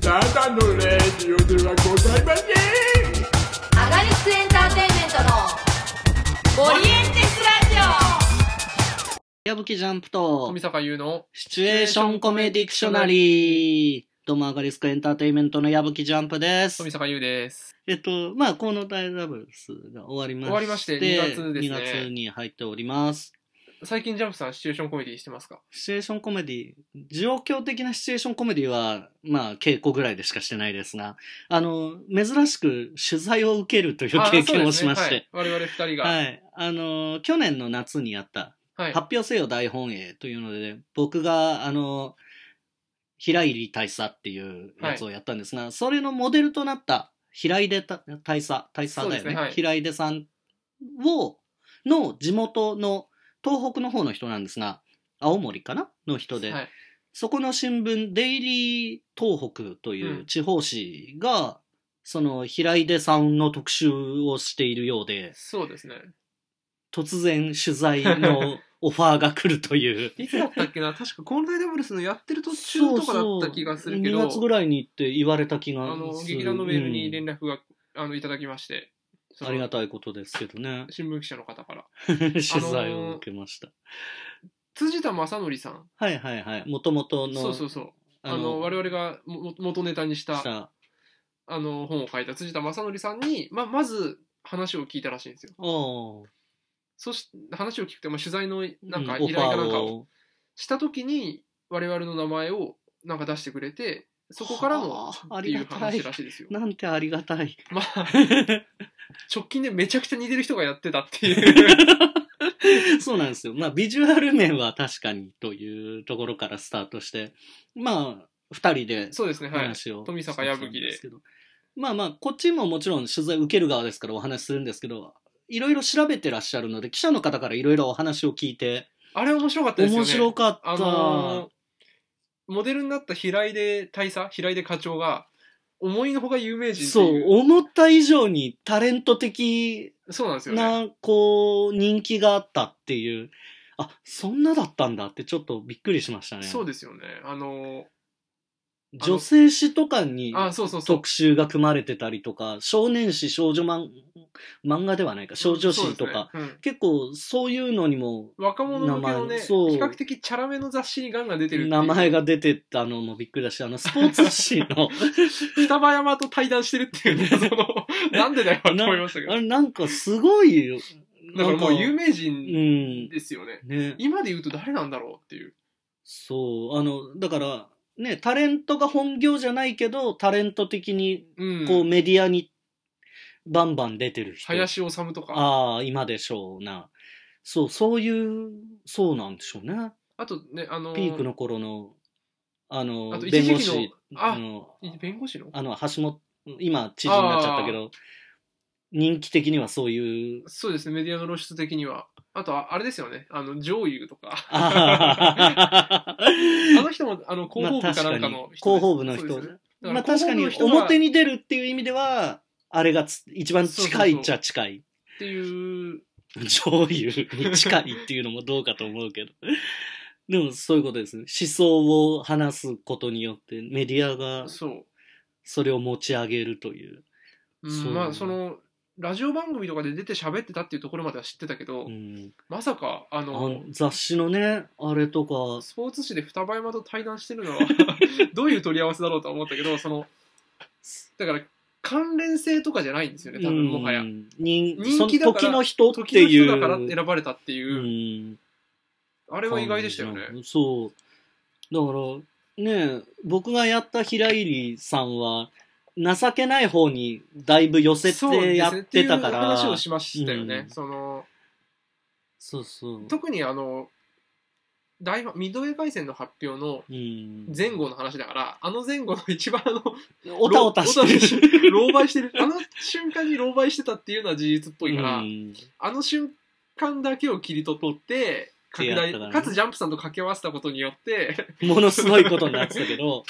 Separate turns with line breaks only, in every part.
ただのレディオではございません
アガリスクエンターテインメントのオリエンテスラ
矢吹ジャンプと
富、坂優の
シチュエーションコメディクショナリー。どうも、アガリスクエンターテインメントの矢吹ジャンプです
富。坂優です。
えっと、まあ、この大ダブルスが終わりまして、
終わりまして2月ですね
2月に入っております。
最近ジャンプさんシチュエーションコメディしてますか
シチュエーションコメディ、状況的なシチュエーションコメディは、まあ、稽古ぐらいでしかしてないですが、あの、珍しく取材を受けるという
あ
経
そう
験
で
を
す
し
ね
まして、
はい、我々二人が。
は
はい。
い。あの、去年の夏にやった、
はい。
発表せよ大本営というので、僕が、あの、平入大佐っていうやつをやったんですが、それのモデルとなった平出た大佐、大佐だ
そ
よ
うで
ね。
すねはい
平出さんを、の地元の東北の方の人なんですが、青森かなの人で、
はい
そこの新聞、デイリー東北という地方紙が、その平出さんの特集をしているようで、
そうで すね。
突然取材のオファーが来るという。
いつだったっけな確か、コンダイダブルスのやってる途中とかだった気がするけど、
2月ぐらいに行って言われた気が
あの、
する
劇団のメールに連
うん
絡が、あの、いただきまして、その
ありがたいことですけどね
新聞記者の方から。
取材を受けました、
辻田正則さん。
はいはいはいもともとの
そうそうそう。あの、我々がも元ネタにした、
した
あの、本を書いた辻田正則さんに、ま、まず話を聞いたらしいんですよ。
おー
そし話を聞くと、まあ、取材のなんか
う
依頼かなんか
オファ
をした時に我々の名前をなんか出してくれてそこからの
はあ
ってい
あ
う
りがたい
話らしいですよ。
なんてありがたい
まあ直近でめちゃくちゃ似てる人がやってたっ ていう
そうなんですよまあビジュアル面は確かにというところからスタートしてまあ二人で
そうですねはい
話を
富坂矢吹で
してたんすけどまあまあこっちももちろん取材受ける側ですからお話しするんですけどいろいろ調べてらっしゃるので記者の方からいろいろお話を聞いて
あれ面白かったですよね
面白かった、
あのーモデルになった平出大佐平出課長が思いのほか有名人って
そ
いうう
思った以上にタレント的
そうなんですよね
なこう人気があったっていうあそんなだったんだってちょっとびっくりしましたね
そうですよねあのあの
女性誌とかに
ーあそうそうそう
特集が組まれてたりとか少年誌少女漫漫画ではないか少女誌とか、、
そうですねうん
結構そういうのにも
若者向けの
名
ね
前
比
そう
較的チャラめの雑誌にガンガン出てるっていう
名前が出てたのもびっくりだし、あの、スポーツ誌 の、
双葉山と対談してるってい うね、その、なんでだよって思いましたけど。
あれなんかすごいよ。
だからもう有
名
名
う
人
ん。
ですよね。
ね。
今で言うと誰なんだろうっていう。
そう、あの、だから、ね、タレントが本業じゃないけど、タレント的に、
うん。
こう、メディアにバンバン出てる人。
林修とか。あ
ああ、今でしょうな。そう、そういう、そうなんでしょうね。
とね、あのー
ピークの頃の、あの
あと、一時
弁
期の
護士
あ
の
弁護士の
あの、橋本、今、知事になっちゃったけど、人気的にはそういう、
そうですね、メディアの露出的には。あと、ああれですよね、あの、上優 とか。あ
あ
の人も、あの、広報部かなんかの人です。
広報部の人
そうですね。だ
まあ
ら
確かに
広報部の人が
表に出るっていう意味では、あれがつ一番近いっちゃ近い。
っていう、
上優に近いっていうのもどうかと思うけど。でもそういうことですね。思想を話すことによってメディアが
そう。
それを持ち上げるという。
うん
そう
まあ、その、ラジオ番組とかで出て喋ってたっていうところまでは知ってたけど、
うん、
まさか、あ
あ
の、
の雑誌のね、あれとか、
スポーツ紙で双葉山と対談してるのは どういう取り合わせだろうとは思ったけどそのだから関連性とかじゃないんですよね多分もはや、
うん人
人気だから
その時の人って
時の
いう。
人だから選ばれたっていう、
うん
あれは意外でしたよね、
そう。だから、ねえ僕がやった平入さんは、情けない方にだいぶ寄せ
そうです
て
ね
やってたか
っていう
ら、
話
そう,、
をしましたよね、
うん
その
そうそう。
特にあの大ファミッドウェー回戦の発表の
うん、
前後の話だからあの前後の一番あの
おたおたしてる。
る狼狽してるあの瞬間に狼狽してたっていうのは事実っぽいから、
うん
あの瞬間だけを切り取って、拡
やった
大
からね
かつジャンプさんと掛け合わせたことによって
ものすごいことになってたけど、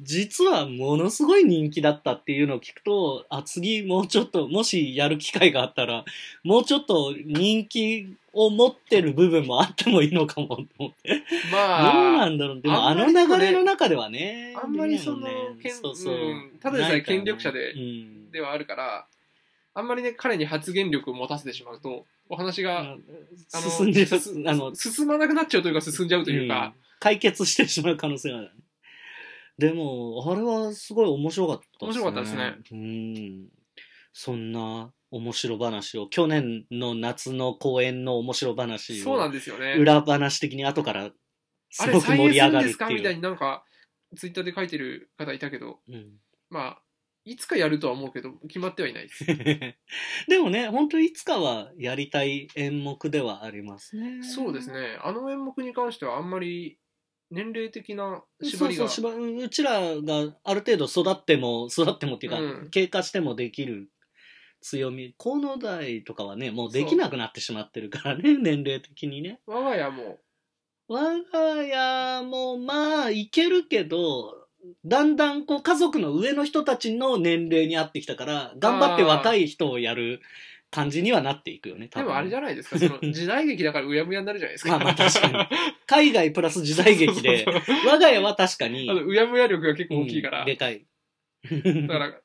実はものすごい人気だったっていうのを聞くと、あ、次もうちょっと、もしやる機会があったら、もうちょっと人気を持ってる部分もあってもいいのかもって思って。どう
ま
な
あ
んだろう。でもあ
あんま
の
りね
流れの中ではね。
あんまりその
できないもんね
権
そうそう
うんただでさえ権力者
な
で
いからねうん
ではあるからあんまりね彼に発言力を持たせてしまうとお話があの
進んでる
す
あの
進まなくなっちゃうというか進んじゃうというか、
ん解決してしまう可能性がある、ね、でもあれはすごい面白かった
面白かったですね
うんそんな面白話を去年の夏の公演の面白話
そうな
を
んですよね
裏話的に後から
あ
す
れ
ごく
再
盛
演
り
す
上
る
が
ん
る
で
っ
す
て
かみたい
いう
になんかツイッターで書いてる方いたけど
うん。
まあいつかやるとは思うけど決まってはいないです
でもね本当にいつかはやりたい演目ではありますね
そうですねあの演目に関してはあんまり年齢的な
そ
縛
う
り
そう
が
縛りうちらがある程度育っても育ってもっていうか、
うん
経過してもできる強み河野代とかはねもうできなくなってしまってるからね年齢的にね
我が家も
我が家もまあいけるけどだんだんこう家族の上の人たちの年齢に合ってきたから頑張って若い人をやる感じにはなっていくよね
でもあれじ
ゃ
ゃないですかその 時代劇だからうやむやになるじゃないですか
まあまあ確かに海外プラス時代劇 で我が家は確かに
あのうやむや力が結構大きいから、
うんでかい
だから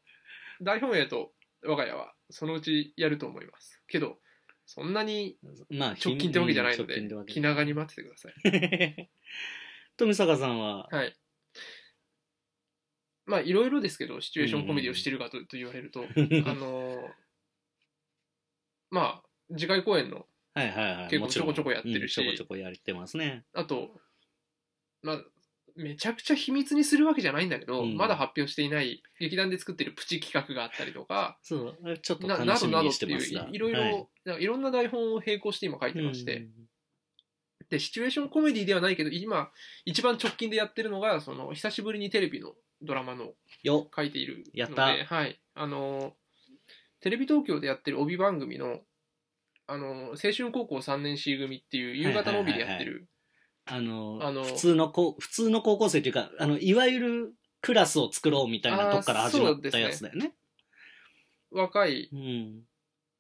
大本営と我が家はそのうちやると思いますけどそんなに
まあ
直近ってわけじゃないの
うん直
で
近ってわけ
気長に待っててください
富坂さんは、
はい。まあ、いろいろですけど、シチュエーションコメディをしてるかと,、と言わ れると、あのーまあ、次回公演の、
はいはいはい。
結構
もろん
ちょこちょこやってるし
うんちょこちょこやってますね。
あと、まあ、めちゃくちゃ秘密にするわけじゃないんだけど、
うん
まだ発表していない劇団で作ってるプチ企画があったりとか、
そう、ちょっと
な
楽
な
し
ど
み
など
に
っ
して
て
ま
い
すが
う、いろい
は
ろ、なんかいろんな台本を並行して今書いてまして、
うん
で、シチュエーションコメディではないけど、今、一番直近でやってるのが、その、久しぶりにテレビのドラマの
よ、
書いているので
やった
はい、あのテレビ東京でやってる帯番組のあの青春高校3年 C 組っていう夕方の帯でやってる、
あの、
あの
普通のこ、普通の高校生というか、あの、いわゆるクラスを作ろうみたいなとこから
あー
始まった
そう
や
で
つ
す
だよね。
若い、
うん。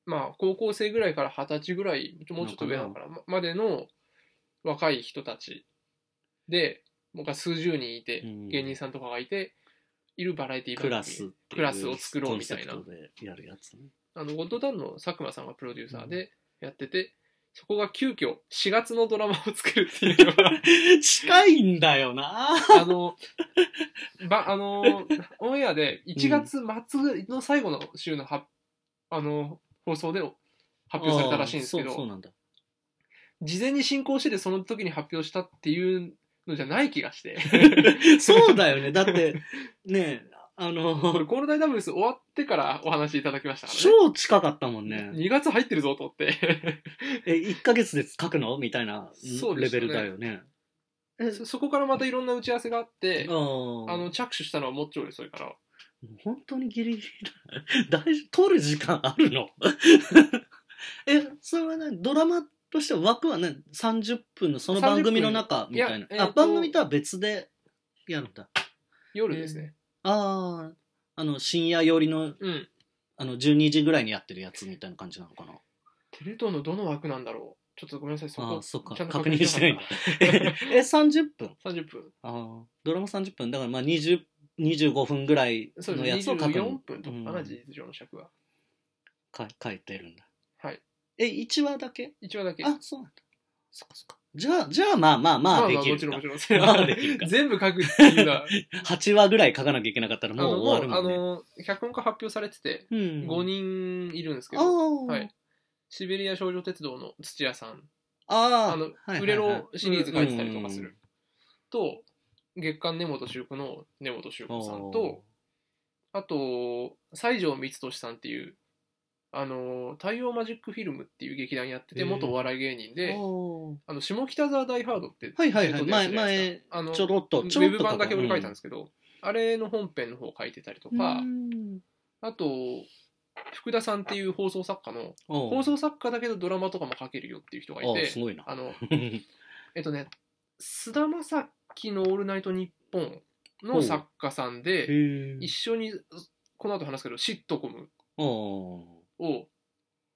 まあ、高校生ぐらいから二十歳ぐらいもうちょっと上なのかなままでの若い人たちで僕は数十人いて、
うん
芸人さんとかがいているバラエティ
ク
番
ラ
組
スっていう
クラスを作ろうみたいな
コンセプトでやるやつね。
あのゴッドタンの佐久間さんがプロデューサーでやってて、そこが急遽4月のドラマを作るっていうのが
近いんだよな
あの、ば、あの、オンエアで1月末の最後の週のは、あの、放送で発表されたらしいんですけ
あーそうそう
ど、
なんだ。
事前に進行しててその時に発表したっていうのじゃない気がして、
そうだよね。だって、ねあの、
これ、コールダイダブルス終わってからお話いただきましたから
超近かったもんね
ね。。2月入ってるぞと思って、
え、1ヶ月で書くのみたいな
そう
レ
でした
ベ
ね
ルだよね。え
そ そこからまたいろんな打ち合わせがあって、
あ
あ
の
の、着手したのはもっちょいそれから。
本当にギリギリだ。 大丈夫撮る時間あるの え、それはね、ドラマとしては枠はね、30分のその番組の中みたいな。
いやえ
あ、
ーと
番組とは別でやるんだ。
夜ですね。
ああ、あの、深夜寄りの、
うん。
あの、12時ぐらいにやってるやつみたいな感じなのかな。
テレ東のどの枠なんだろうちょっとごめんなさい、そ
あ
こ
あ、。そっか。
ちゃんと
確認してないん
な
だ
か っ。
え、30分
た30分。
ああ、ドラマ30分、だからまあ20 25分ぐらい
そう
のや
で
つ
す
を
ね、
書く
24
の
分とか
うん
かな、事実上の尺は。
か書いてるんだ。
はい。
え、1話だけ
一話だけ。
あ、そうなんだ。そっかそっか。じゃあ、じゃあまあまあまあでき
もち
る
ろん、
か
も。ちろんそ れ
まあ
は
できるか。
全部書くっていうのは、
8話ぐらい書かなきゃいけなかったら
あ
もう
の、
終わる
もうあ
もんね。
の、脚本家発表されてて、
うん。
5人いるんですけ
あ
ど、
あ、
はい。シベリア少女鉄道の土屋さん、
ああ、
あの
はいはいはい、
売れろシリーズ書いてたりとかする。と、月刊根本修子の根本修
うん。
子さんと、あと、西条光俊さんっていう、あの、太陽マジックフィルムっていう劇団やってて、
へえ
元お笑い芸人
おー
で、
お
あの下北沢大ハードって
はいはいはい
ちょっとやつじゃないですかあ
ー
の
ちょろっと、
ウ
ちょろ
ェ
っと
ブ版だけ俺書いたんですすけど、あれの本編の方書いてたりと
う
か、
ん
あと福田さんっていう放送作家の、
放
放送作家だけどドラマとかも書けるよっていう人がい
ああ
て
す、ごいな。
あの、 えっとね、菅田将暉の「オールナイトニッポン」の作家さん
へ
で、
え
一緒に、この後話すけど、シットコム
あー
を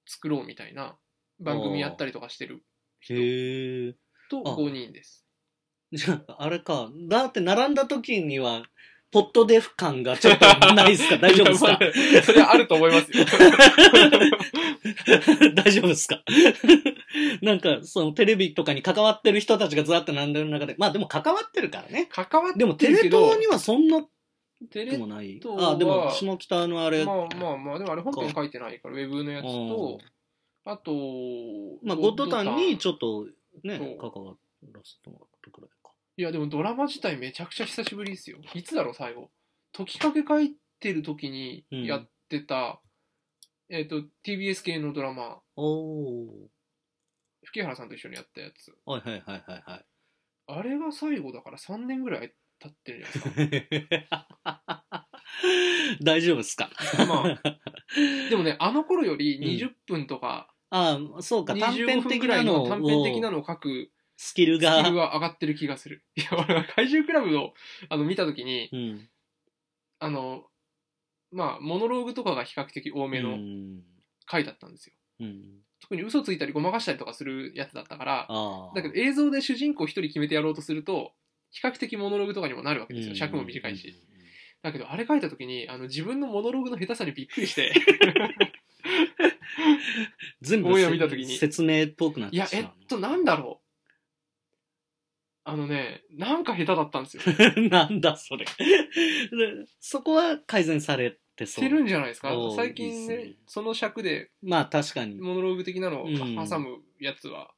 作ろうみたいな番組やったりとかしてる
へえ。
と
あ
5人です。
じゃあ、あれか。だって並んだ時には、ポットデフ感がちょっとないですか大丈夫ですか
いやそれはあると思いますよ。
大丈夫ですか なんか、そのテレビとかに関わってる人たちがずらっと並んでる中で、まあでも関わってるからね。
関わって
でも
る
テ
け
レ
ど
東にはそんな
テ
で
レ
もない。
東は
あ、でも下北のあれ、
まあまあまあ、でもあれ本編書いてないから、ウェブのやつと、あと、
まあ、ゴッドタンにちょっとね
そう、
関わらせてもらったくらいか。
いや、でもドラマ自体めちゃくちゃ久しぶりですよ。いつだろう、最後。時かけ書いてる時に
うん
やってた、えっ、と、TBS 系のドラマ、
おー。
吹原さんと一緒にやったやつ。
はいはいはいはいはい。
あれが最後だから3年ぐらい経ってるじゃないですか。
大丈夫っすか
まあ、でもね、あの頃より20分とか、
ああ、そうか、短
25
編
分
的
ぐら
ないの
の
を
短編的なのを書く
スキル
スキ
が。
ルは上がってる気がする。いや、俺は怪獣クラブをあの見た時に、
うん。
あの、まあ、モノローグとかが比較的多め
う
の
ん
回だったんですよ。
うん。
特に嘘ついたりごまかしたりとかするやつだったから、
ああ。
だけど映像で主人公一人決めてやろうとすると、比較的モノローグとかにもなるわけですよ。尺も短いし。。だけど、あれ書いた時に、あの、自分のモノローグの下手さにびっく りして、
全部
オンエア見た時に
説明っぽくなっ
い
てしま
や、
う。
えっと、なんだろう。あのね、なんか下手だった んですよ。
なんだそれ。 でそこは改善されてそ
して
う。
るんじゃないですか
おー
最近ね
いいっすね
その尺で
まあ確かに。
モノローグ的なのを挟むやつは、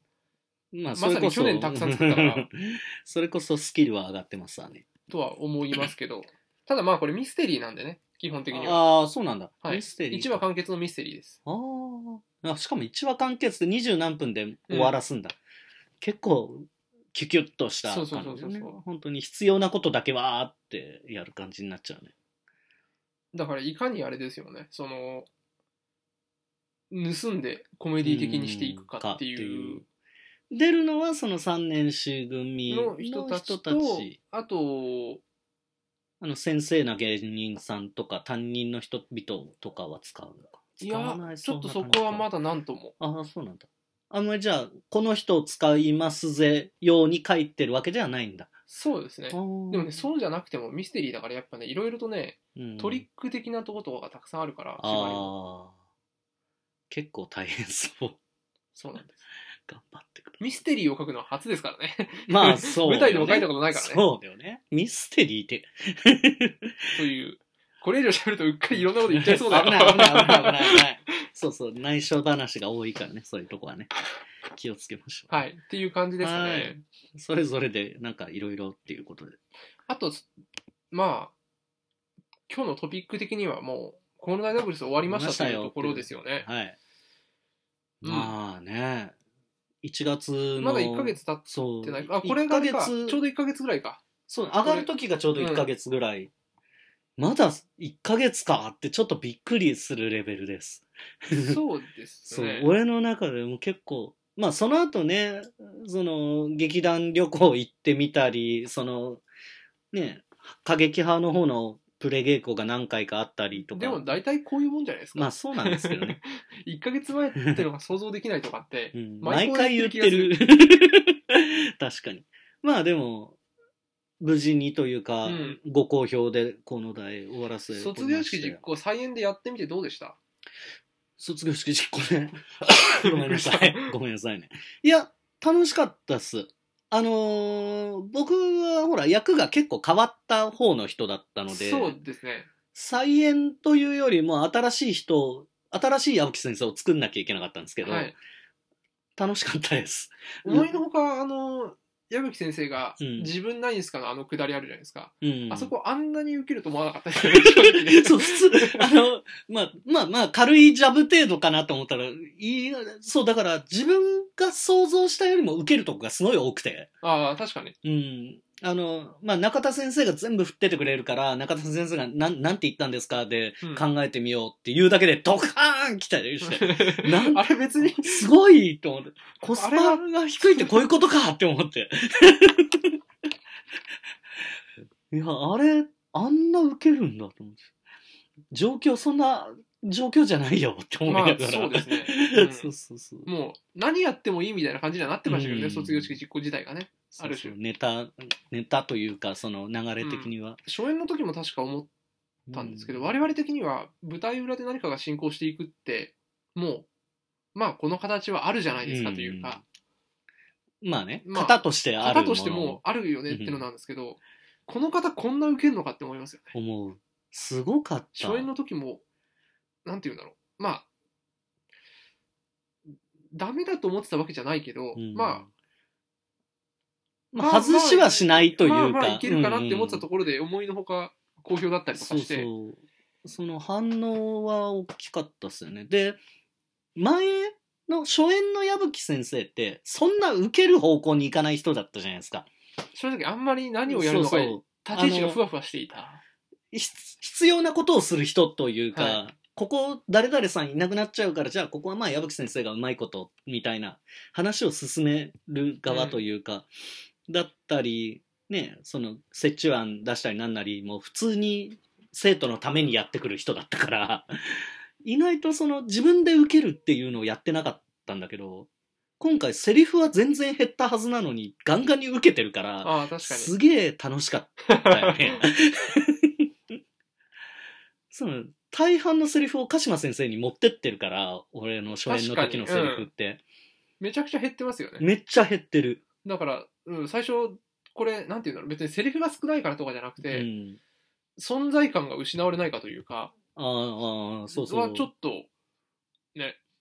まあ
ま
それ
さ
こ
に
そ。
去年たくさん作ったから。
それこそスキルは上がってますわね。
とは思いますけど、ただまあこれミステリーなんでね、基本的には。
ああ、そうなんだ。
はい
ミステリー。
1話完結のミステリーです。
あーあ。しかも1話完結で二十何分で終わらすんだ。結構、キュキュッとした感じ、ね。
そうそうそうそう
本当に必要なことだけわーってやる感じになっちゃうね。
だからいかにあれですよね、その、盗んでコメディ的にしていくかって
うん
い
かって
う
いう出るのはその3年衆組
の
の
人
人
た
た
ち
ち
と、あと、
あの先生な芸人さんとか担任の人々とかは使うのか。
い
使わ
や
な、
ちょっとそこはま
だ。
だなんとも。
ああ、そうなんだ。あんまりじゃあ、この人を使いますぜように書いてるわけじゃないんだ。
そうですね。
でも
でもね、そうじゃなくてもミステリーだからやっぱね、いろいろとね、
うん
トリック的なとことかがたくさんあるから、縛り
あ
も
あ。結構大変そう。
そうなんです。
頑張ってください。
ミステリーを書くのは初ですからね。
まあ、そう、
舞台でも書いたことないからね
そうだよね。ミステリーって。
という、これ以上喋るとうっかりいろんなこ と言っちゃいそうだ
危ない危ない危ない危ない危ない。そうそう、内緒話が多いからね、そういうとこはね。気をつけましょう。
はい。っていう感じですか
はい
ね。
それぞれで、なんかいろいろっていうことで。
あと、まあ、今日のトピック的にはもう、コロナダブルス終わりましたというところですよね。
はい。
うん
まあね、1月の。
まだ1ヶ月経っ
そう。
てない。あ、これがあ
1
れか
ヶ
ちょう
月
ど1ヶ月ぐらいか。
そう、上がる時がちょうど1ヶ月ぐらい。まだ1ヶ月かってちょっとびっくりするレベルです。
そうです
そう、
ね。
俺の中でも結構、まあその後ね、その劇団旅行行ってみたり、そのね、過激派の方のプレ稽古が何回かあったりとか。
でも大体こういうもんじゃないですか。
まあそうなんですけど ね。
1ヶ月前ってのが想像できないとかって
う、ん
毎
毎回言っ
回言っ
てて
る
る。確かに。まあでも、無事にというか、
うん
ご好評でこの題終わらせ
卒業式実行再演でやってみてどうでした
卒業式実行 ね。ごめんなさい。ごめんなさいね。いや、楽しかったっす。あのー僕はほら、役が結構変わった方の人だったので、
そうですね。
再演というよりも新しい人を、新しい青木先生を作んなきゃいけなかったんですけど、
はい。
楽しかったです。
思いのほか、あの、矢吹先生が、
うん
自分ないんすかのあのくだりあるじゃないですか。
うん。
あそこあんなに受けると思わなかったですよね正直 ね
そう、普通、あの、まあ、まあまあ、軽いジャブ程度かなと思ったら、いい、そう、だから自分が想像したよりも受けるとこがすごい多くて、
ああ、確かに。
うん。あの、まあ、中田先生が全部振っててくれるから、中田先生がなん、なんて言ったんですかで
うん
考えてみようっていうだけで、ドカーン来たりして、 なん
あれ別に、
すごいと思って、コスパが低いってこういうことかって思って。 いや、あれ、あんな受けるんだと思って。状況、そんな状況じゃないよって思いな
ま
がら
あ。そ うですね。うん
そうそうそう。
もう何やってもいいみたいな感じにはなってましたけどね、
うん
卒業式実行自体がね。ある種
そうそうネタ、ネタというか、その流れ的には。
初演の時も確か思ったんですけど、我々的には舞台裏で何かが進行していくって、もう、まあこの形はあるじゃないですかというか、
まあね、
まあ
型としてある
型
もの
としてもうあるよねってのなんですけど、この方こんな受けるのかって思いますよね。
思う。すごかった。
初演の時も、なんて言うんだろう。まあ、ダメだと思ってたわけじゃないけど、
うん
まあ、
まあ、外しはしないというか。
まあまあいけるかなって思ってたところで、思いのほか好評だったりと
そう
かして、
そう。その反応は大きかったっすよね。で、前の初演の矢吹先生って、そんな受ける方向に行かない人だったじゃないですか。
正直あんまり何をやるのか
そうそう
立ち位置がふわふわしていた。
必必要なことをする人というか、
は
ここ誰々さんいなくなっちゃうからじゃあここはまあ矢吹先生がうまいことみたいな話を進める側というか、だったりねその折衷案出したりなんなりもう普通に生徒のためにやってくる人だったから意外とその自分で受けるっていうのをやってなかったんだけど今回セリフは全然減ったはずなのにガンガンに受けてるから。
ああ、確か
すげえ楽しかったよ ね。その大半のセリフを鹿島先生に持ってってるから俺の初演の時のセリフって、
に。めちゃくちゃ減ってますよね。
めっちゃ減ってる、
だから、うん、最初、これ、なんていうんだろう、別にセリフが少ないからとかじゃなくて、
うん、
存在感が失われないかというか、
あーあーそうそう
はちょっと、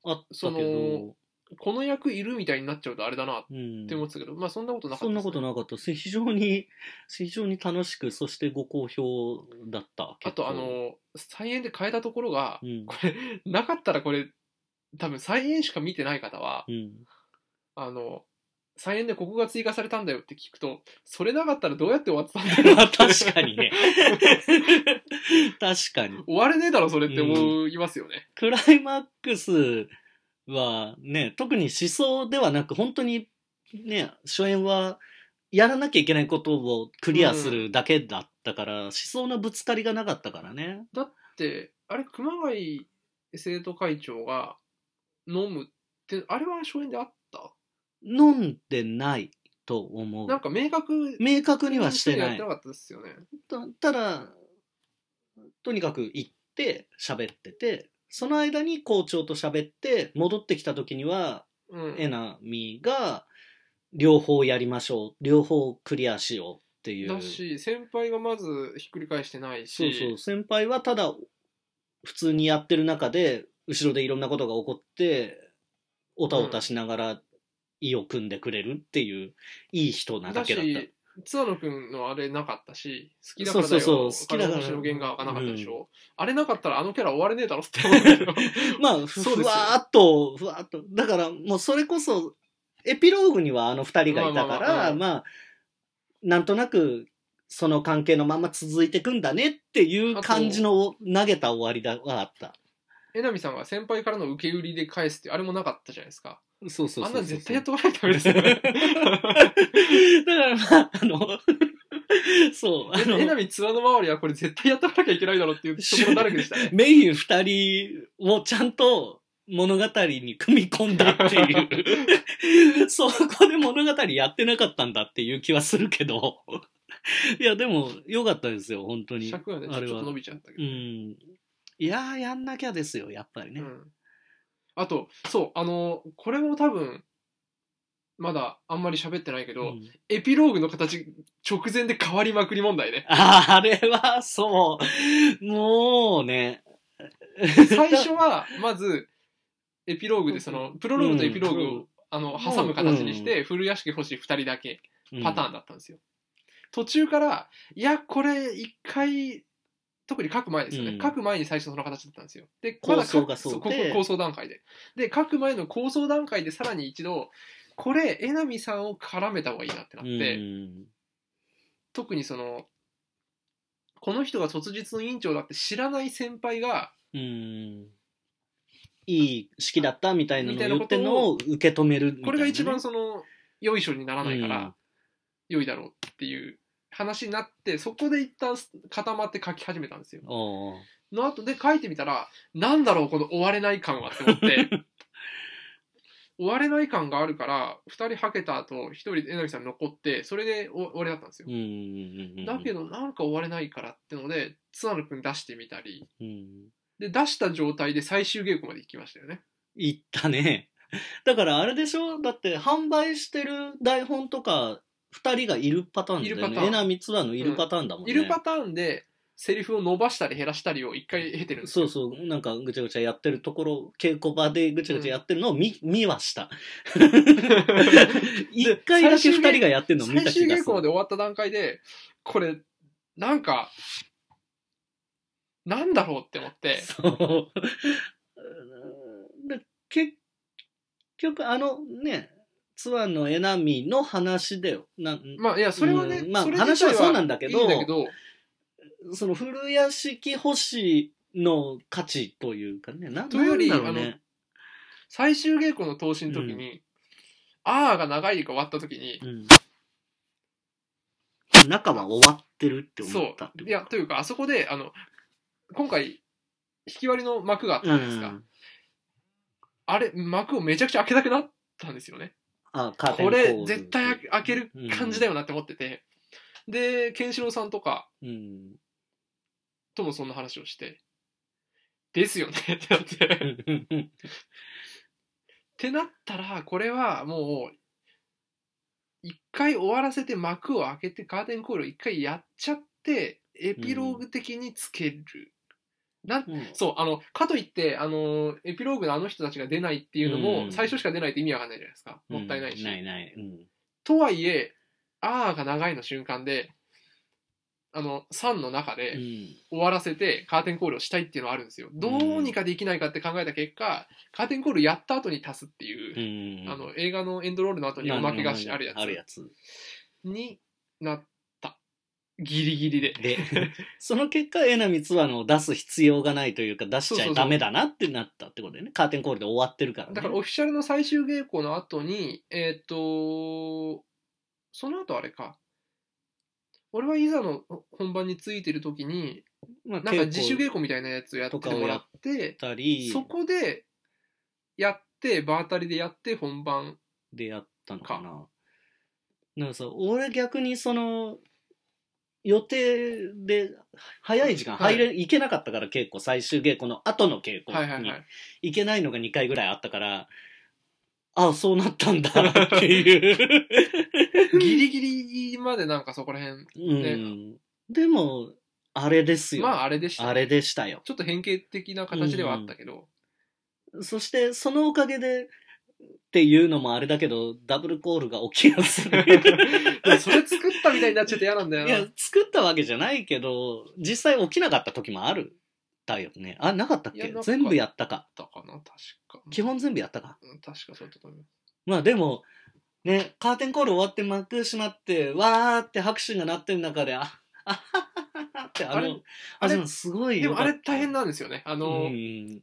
あった
そ
けど
の、この役いるみたいになっちゃうとあれだなっ
うん
て、思ってたけど、まあそんなことなかった
そ
です
ん
ね、
なことなかった非常に非常に楽しくそしてご好評だった
あと、あ、の、再演で変えたところが
う、ん
これ、なかったらこれ、多分再演しか見てない方は、
うん、
あの、再演でここが追加されたんだよって聞くと、それなかったらどうやって終わってたんだろう
まあ 確かに ね確かに
終われねえだろ、それって思いますよね。
クライマックスはね、特に思想ではなく、本当にね、初演はやらなきゃいけないことをクリアするだけだったから、思想のぶつかりがなかったからね。
で、あれ、熊谷生徒会長が飲むって、あれは初演であった
飲んでないと思う
なん。か明確
明確にはして
や
な
っ
い
て。なかったですよね。
たただ、とにかく行って喋ってて、その間に校長と喋って、戻ってきた時には、
うん。
えなみが両方やりましょう両方クリアしようっていう
だし、先輩がまずひっくり返してない
そう
し、
そう先輩はただ普通にやってる中で後ろでいろんなことが起こっておたおたしながら意を組んでくれるっていういい人なだ
だ
けだった
し、津和野くんのあれなかったし、好きだからだよ。
そうそうそう好きだから
彼の星の原画がなかったでしょ。あれなかったらあのキャラ終われねえだろって思うけど。
まあふ
そう
ふ
ですよ
わーっとふわーっとだからもうそれこそエピローグにはあの二人がいたか
まあまあまあ
ら
うん
まあなんとなくその関係のまま続いてくんだねっていう感じの投げた終わりだはあった
えなみさんが先輩からの受け売りで返すって、あれもなかったじゃないですか。
そうそうそうそう
あんなの絶対やっとかないとダメですよ ね。
だからまああの そうあの
えなみツアーの周りはこれ絶対やっとかなきゃいけないだろうっていうところだらけでし たね。
メイン二人をちゃんと物語に組み込んだっていう。 そこで物語やってなかったんだっていう気はするけど。いや、でも良かったですよ、本当に。
尺がね、ち
あれ
ょっ
は
と伸。びちゃったけ
う
ど。
ん。いやー、やんなきゃですよ、やっぱりね
う。んあと、そう、あの、これも多分、まだあんまり喋ってないけど、
うん。
エピローグの形直前で変わりまくり問題ね
あーあれは、そう。もうね。
最初は、まず、エピローグで、その、プロローグとエピローグを、
うん
あの、挟む形にして、古屋敷欲しい2人だけパターンだったんですよ。途中から、いや、これ、一回、特に書く前ですよね。
うん
書く前に最初その形だったんですよ。で、
構想がそう
まだ書く
で
こ構想段階で。で、書く前の構想段階でさらに一度、これ、江波さんを絡めた方がいいなってなっ
うん
て、特にそのこの人が卒日の委員長だって知らない先輩が
うん。いい式だったみたいなのを言ってんのを受け止めるみたいなね、
これが一番そのよいしょにならないか
うん
ら良いだろうっていう話になってそこで一旦固まって書き始めたんですよ。
おうおう
の後で書いてみたらなんだろうこの終われない感はって思って 終われない感があるから2人はけた後1人で榎木さん残ってそれでお終わりだったんですよ
うん。うんうん。
だけ
ど、
どなんか終われないからってので津野君出してみたり
うん。
で出した状態で最終稽古まで行きましたよね
行ったね。 だからあれでしょだって販売してる台本とか、二人がいるパターンだよ
いるパ
ね。
ターン
えなみつらのいるパターンだもんね。
いるパターンでセリフを伸ばしたり減らしたりを一回経てるんです
そうそう、なんかぐちゃぐちゃやってるところ、稽古場でぐちゃぐちゃやってるのを見、見は した。一回だけ二人がやってるのを見
最
た
終
気が
稽
す
古まで
る。
終わった段階でこれなんかなんだろうって思って
そう。 で結局、あのね、ツアーのえなみの話だよ。なん
まあいやそれはね、
うんまあ
それ自
話
体
はそうなんだけど
いいんだけど
その古屋式星の価値というかね、な
というより
なんだろうね。
最終稽古の投資の時に、あーが長いが終わった時に、
うん中は終わってるって
そ
思ったって
う
こ
いやというかあそこであの今回引き割りの幕があった
う
じゃないですか、
ん。
あれ幕をめちゃくちゃ開けたくなったんですよね
あ、カーテン
これ
コール
絶対開ける感じだよなって思ってて、でケンシロウさんとか
うん。
ともそんな話をしてですよね ってなってってなったらこれはもう一回終わらせて幕を開けてカーテンコールを一回やっちゃってエピローグ的につける、なんそうあのかといってあのエピローグのあの人たちが出ないっていうのも、
うん
最初しか出ないって意味わかんないじゃないですか もったいないし、
うんないない。うん
とはいえ「あー」が長いの瞬間であの3の中で、
うん
終わらせてカーテンコールをしたいっていうのはあるんですよ。どうにかできないかって考えた結果、カーテンコールやった後に足すってい
う
う、
ん
あの映画のエンドロールの後におまけがしあるや
あるや
つ
つ。
になった。ギリギリで。
で、 その結果、えなみつわのを出す必要がないというか、出しちゃダメだなってなったってことだよね。カーテンコールで終わってるからね。
だからオフィシャルの最終稽古の後に、えーっと、その後あれか。俺はいざの本番についてる時に、
まあ、
なんか自主稽
稽
古みたいなやつをやってもらって、
古たり、
そこでやって、場当たりでやって本番。
でやったのかな。なんかさ、俺逆にその、予定で早い時間入れ、い、けなかったから稽古、最終稽古の後の稽古に、
はいはいはい。
いけないのが2回ぐらいあったから、ああ、そうなったんだって いう。
ギリギリまでなんかそこら辺、
うん。でも、あれですよ。
まああれでした、
あれでしたよ。
ちょっと変形的な形ではあったけど、
そして、そのおかげで、っていうのもあれだけど、ダブルコールが起きやすい。
でもそれ作ったみたいになっちゃって嫌なんだ
いや
よ、
作ったわけじゃないけど、実際起きなかった時もある。だよね。あ、なかったっ
いや
け
なかった
全部やったか。
な。だかな、確か。
基本全部やったか。
うん確かそうだったと思いま
まあでも、ね、カーテンコール終わって幕閉まって、わーって拍手が鳴ってる中で、あ、あははははって、あ
あれ
の、あれ、すごい
す。で
よ
も
か
あ
った
れ大変なんですよね。あの、
うん。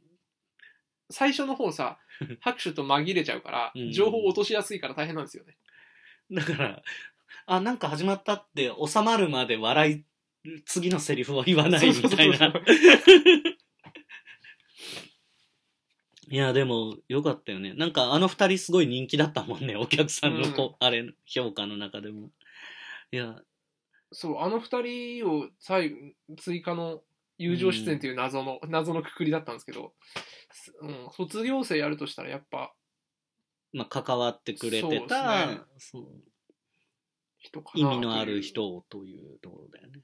最初の方さ、拍手と紛れちゃうから
うん、
情報を落としやすいから大変なんですよね。
だから、あ、なんか始まったって収まるまで笑い、次のセリフは言わないみたい
そう
な
そう。
いや、でも、よかったよね。なんか、あの二人すごい人気だったもんね。お 客さんのこ、あれ、評価の中でも。いや、
そう、あの二人を最後追加の友情出演という謎の、謎のくくりだったんですけど、すうん、卒業生やるとしたらやっぱ
まあ、関わってくれて
そうですね
た、そう
人かな
意味のあ
とい
る
う
人をというところだよね。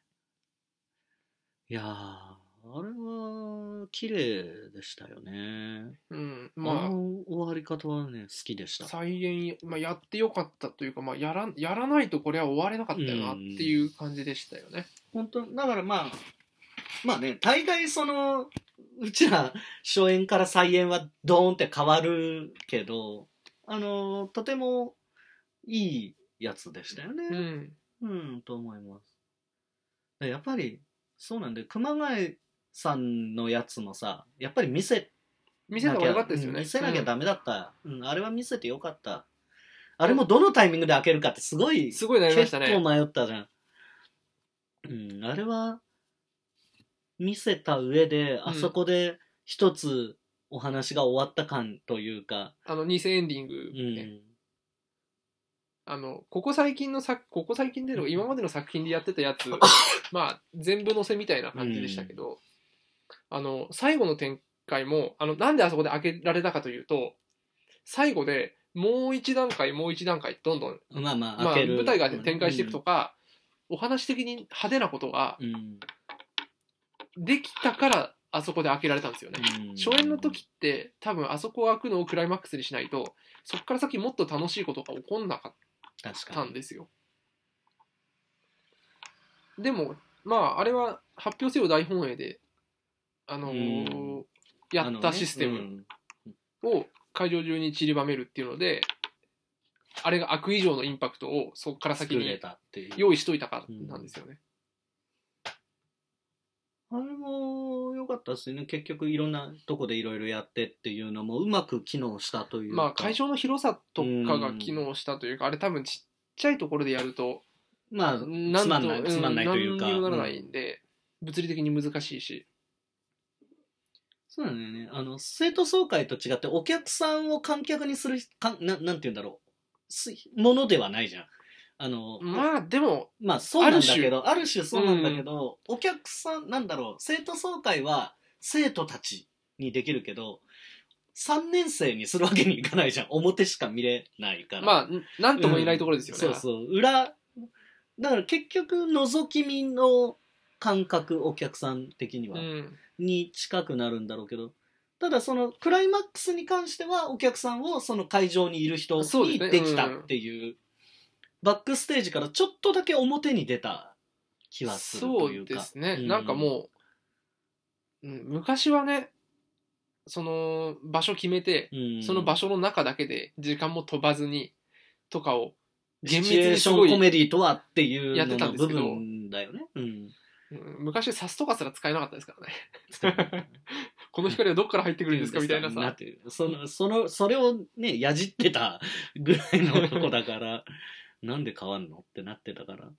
いやー、あれは、綺麗でしたよね。
うん、
あ
まあ、
の終わり方はね、好きでした。
再現、まあ、やってよかったというか、まあ、やらやらないとこれは終われなかったよなっていう感じでしたよね。
本当だからまあまあね大概そのうちら初演から再演はドーンって変わるけどあのとてもいいやつでしたよ
うん
ねうん、と思いますやっぱり、そうなんで、熊谷さんのやつもさ、やっぱり見せ
見せた方が良かったですよね。
見せなきゃ
うん
ダメだった、うんあれは見せてよかったあれもどのタイミングで開けるかってすごい
すごいなりまし
結
た
構
ね。
迷ったじゃん、うん、あれは見せた上であそこで一つお話が終わった感というか、
あの、偽エンディング
う
ね、
ん
あの、ここ最近の作、ここ最近での、今までの作品でやってた やつ、まあ、全部載せみたいな感じでしたけど、あの、最後の展開も、あの、なんであそこで開けられたかというと、最後でもう一段階、もう一段階、どんどん、
まあまあ
まあ、
開ける、
舞台が展開していくとか、お話的に派手なことが
うん、うん
できたから、あそこで開けられたんですよね。
うん
初演の時って多分あそこを開くのをクライマックスにしないとそこから先もっと楽しいことが起こんなかっ
確
た
か
んですよでもまああれは発表せよ大本営であのー
うん
やったシステ
あの
ム
ね
を会場中に散りばめるっていうのであれが開く以上のインパクトをそこから
うん、
先
作れ
に
たっていう
用意しといたからなんですよね
あれも良かったですね。結局いろんなとこでいろいろやってっていうのもうまく機能したというか。
まあ会場の広さとかが機能したというかあれ多分ちっちゃいところでやると
まあ、
なん
つまんない、
と
つまんないというか。
ん何にもならな
う
い
ん
んで、物理的に難しいし。
そうなんだよね。あの、生徒総会と違ってお客さんを観客にする、かんななんて言うんだろうす。ものではないじゃん。あの、
まあ、でも、
まあそうなんだけど、ある種そうなんだけど、お客さん、なんだろう、生徒総会は生徒たちにできるけど、3年生にするわけにいかないじゃん。表しか見れないから。
まあ、なんともいないところですよね。
そうそう裏だから結局覗き見の感覚お客さん的には、
うん
に近くなるんだろうけどただそのクライマックスに関してはお客さんをその会場にいる人
そうで
に
すね
できたっていうバックステージからちょっとだけ表に出た気はする
そ
という
う
か
ですね。
うん
なんかもう、うん昔はね、その場所決めて、
うん
その場所の中だけで時間も飛ばずに、とかを、
シ
厳密
チュエー
に
シ
す
ョ
ご
ンコメ
い、
ディとはっていう
やって
の
たん
の
です
部
けど
分だよね。うん、
うん昔、サスとかすら使えなかったですからね。 この光はどっから入ってくるんですかみたいな
な
さ
っ。てるその、その、それをね、やじってたぐらいのとこだから、なんで変わんのってなってたから。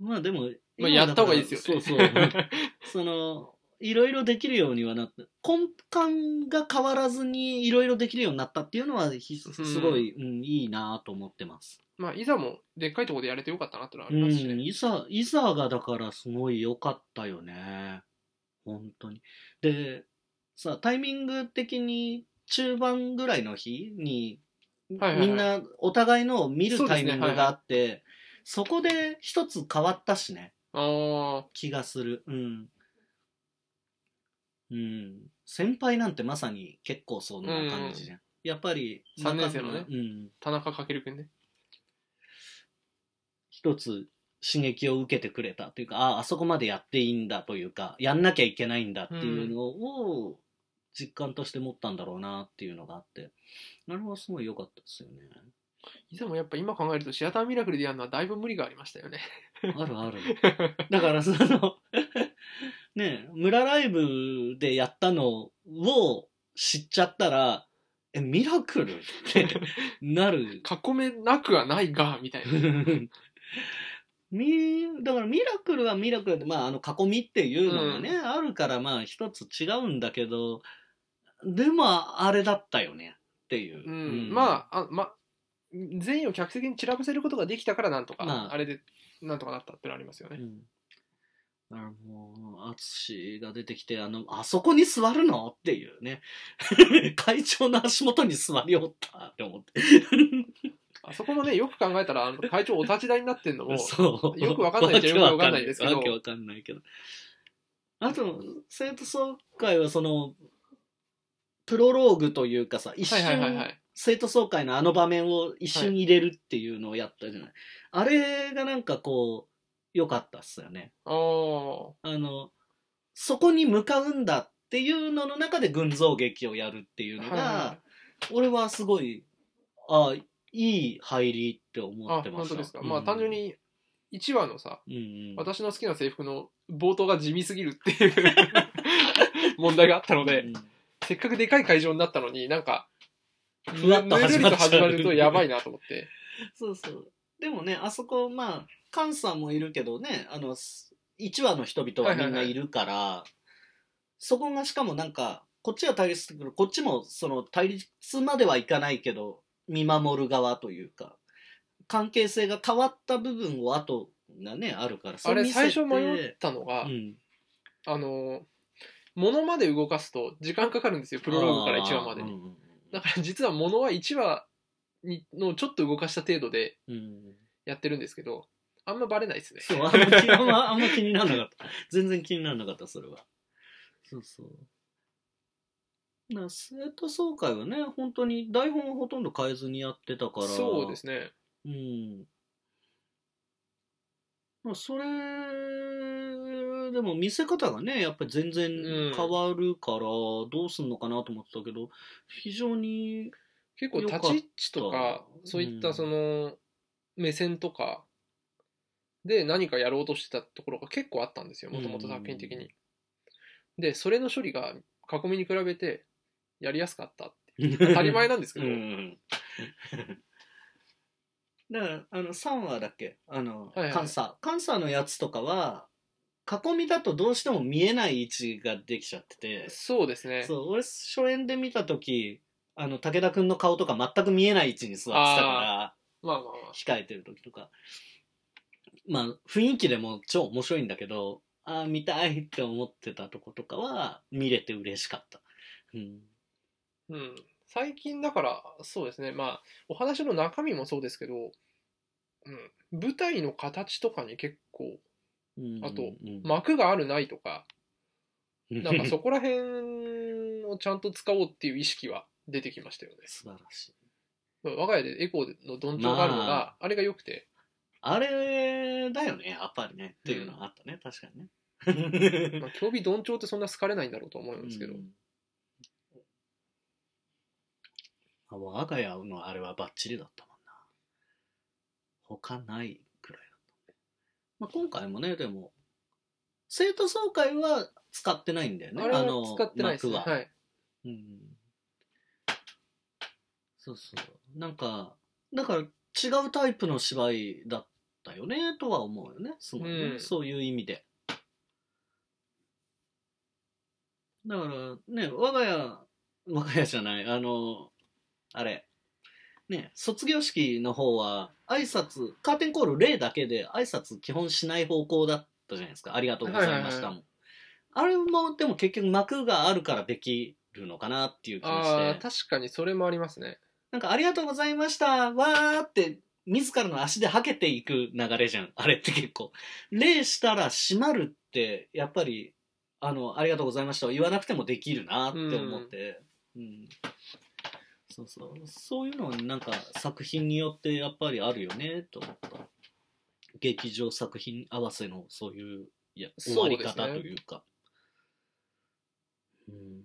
まあでも、
まあ
今
やった方がいいですよね
だからそうそう。 その、いろいろできるようにはなって、根幹が変わらずにいろいろできるようになったっていうのは、ひすごい、うん、いいなと思ってます。
まあ、いざも、でっかいところでやれてよかったなってのはあ
う
り
ん、
ますしね。
いざ、いざがだからすごい良かったよね。本当に。で、さ、タイミング的に中盤ぐらいの日に、
はいはいはい
みんなお互いのを見るタイミン
そうですねはいは
グ
い
があって、そこで一つ変わったしね、
ああ、
気がする。うん。うん。先輩なんてまさに結構そんな感じじゃん。やっぱり、
三年生のね
うん。
田中翔くんね。
一つ刺激を受けてくれたというかあああそこまでやっていいんだというかやんなきゃいけないんだっていうのを実感として持ったんだろうなっていうのがあってなるほどすごい良かったですよね
いつもやっぱ今考えるとシアターミラクルでやるのはだいぶ無理がありましたよね。
あるあるだからその ねえ村ライブでやったのを知っちゃったらえミラクルってなる
囲めなくはないが、みたい な。
みだからミラクルはミラクルで、まあ、あの囲みっていうのがね、あるからまあ一つ違うんだけどでもあれだったよねっていう、
うん。まあ、あま、善意を客席に散らばせることができたからなんとか、
まあ
あれでなんとかなったってのありますよ
あう
ね。
ん、だからもう淳が出てきてあのあそこに座るのっていうね 会長の足元に座りおったって思って
あそこもね、よく考えたら、あの会長お立ち台になってんの も、
そう。
よくわかんないっちゃよくわかんないですけど
わけわかんないけど。あと、生徒総会はその、プロローグというかさ、一
はいはいはいは
瞬、
い。
生徒総会のあの場面を一瞬入れるっていうのをやったじゃない。あれがなんかこう、良かったっすよね。
あー
あの、そこに向かうんだっていうのの中で群像劇をやるっていうのが、
はいは
俺はすごい、ああ、いい入りって思
あ
ってました。
本当ですか。
うん
まあ、単純に、 1話のさ、
うんうん、
私の好きな制服の冒頭が地味すぎるっていう 問題があったので、
うん
せっかくでかい会場になったのに、なんか、
ふわっと
ぬる
始
り
ま
と
っちゃう
始まるとやばいなと思って。
そうそう。でもね、あそこ、まあ、菅さんもいるけどね、あの、す1話の人々はみんないるから、そこがしかもなんか、こっちは対立してくる、こっちもその対立まではいかないけど、見守る側というか、関係性が変わった部分を後がね、あるから、
あれ、
そ見せ
最初
て
迷ったのが、
うん、
あの、物まで動かすと時間かかるんですよ、プロローグから1話までに。
あーうん
だから実は物は1話にのちょっと動かした程度で
うん
やってるんですけど、あんまバレないですね。
そう、あんま気あんまあんま気にならなかった。全然気にならなかった、それは。そうそう。な生徒総会はね、本当に台本をほとんど変えずにやってたから。
そうですね。
うん。まあ、それ、でも見せ方がね、やっぱり全然
うん
変わるから、どうすんのかなと思ってたけど、非常に、
結構
よか
立
った
ち位置とかそういっ
う
た
ん
その目線とかで何かやろうとしてたところが結構あったんですよもともと作品的に。でそれの処理が囲みに比べてやりやすかった 当
当
たり前なんですけ
う
ど、
ん。だから、あの、3話だっけあの、
はいはい
監査。監査のやつとかは、囲みだとどうしても見えない位置ができちゃってて、
そうですね
そう、俺、初演で見たとき、あの、武田くんの顔とか全く見えない位置に座ってたから、
まあまあまあ
控えてる時とか。まあ、雰囲気でも超面白いんだけど、ああ、見たいって思ってたとことかは、見れて嬉しかった。うん。
うん最近だからそうですねまあお話の中身もそうですけど、うん、舞台の形とかに結構
うん
あと
うん
幕があるないとか なん か
素
そこら辺をちゃんと使おうっていう意識は出てきましたよね。
晴らしい。
まあ我が家でエコーのどんちょうがあるのが、
ま
あ、れが良くて。
あれだよね、やっぱりね。っていうのはあったね、確かにね。
まあ、競技どんちょうってそんな好かれないんだろうと思うんですけど。
うんあ我が家のあれはバッチリだったもんな。他ないくらいだった。まあ、今回もね、でも、生徒総会は使ってないんだよね、
あれは
の
使ってないですね。
幕は
はい。
うんそうそう。なんか、だから違うタイプの芝居だったよね、とは思うよね。すごいね、
うん
そういう意味で。だから、ね、我が家、我が家じゃない、あの、あれ、ね、卒業式の方は、挨拶、カーテンコール例だけで挨拶基本しない方向だったじゃないですか。ありがとうございましたもん。あれも、でも結局幕があるからできるのかなっていう気がして。
ああ、確かにそれもありますね。
なんか、ありがとうございました、わーって、自らの足ではけていく流れじゃん。あれって結構。礼したら閉まるって、やっぱり、あの、ありがとうございましたを言わなくてもできるなって思って。うん。そうそう。そういうのはなんか作品によってやっぱりあるよね、と思った。劇場作品合わせのそういう、いや、終わり方というか。うん。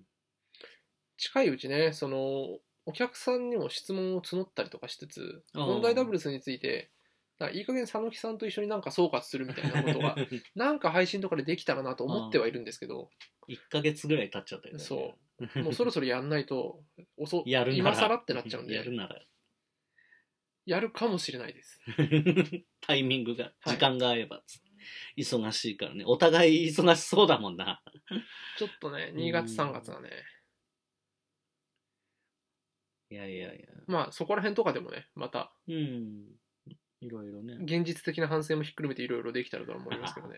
近いうちね、その、お客さんにも質問を募ったりとかしつつ、
あー
問題ダブルスについて、なんかいい加減佐野木さんと一緒になんか総括するみたいなこと が、なんか配信とかでできたらなと思ってはいるんですけど、
1ヶ月ぐらい経っちゃったよね。
そう。 もうそろそろやんないと、遅
やるなら
今更ってなっちゃうんで、
や
や
る
る
なら
かもしれないです。
タイミングが
はい
時間が合えば、忙しいからねお互い忙しそうだもんな
ちょっとね、2月、3月はね、
いやいやいや
まあそこら辺とかでもね、また
うんいろいろね
現実的な反省もひっくるめていろいろできたらとは思いますけどね。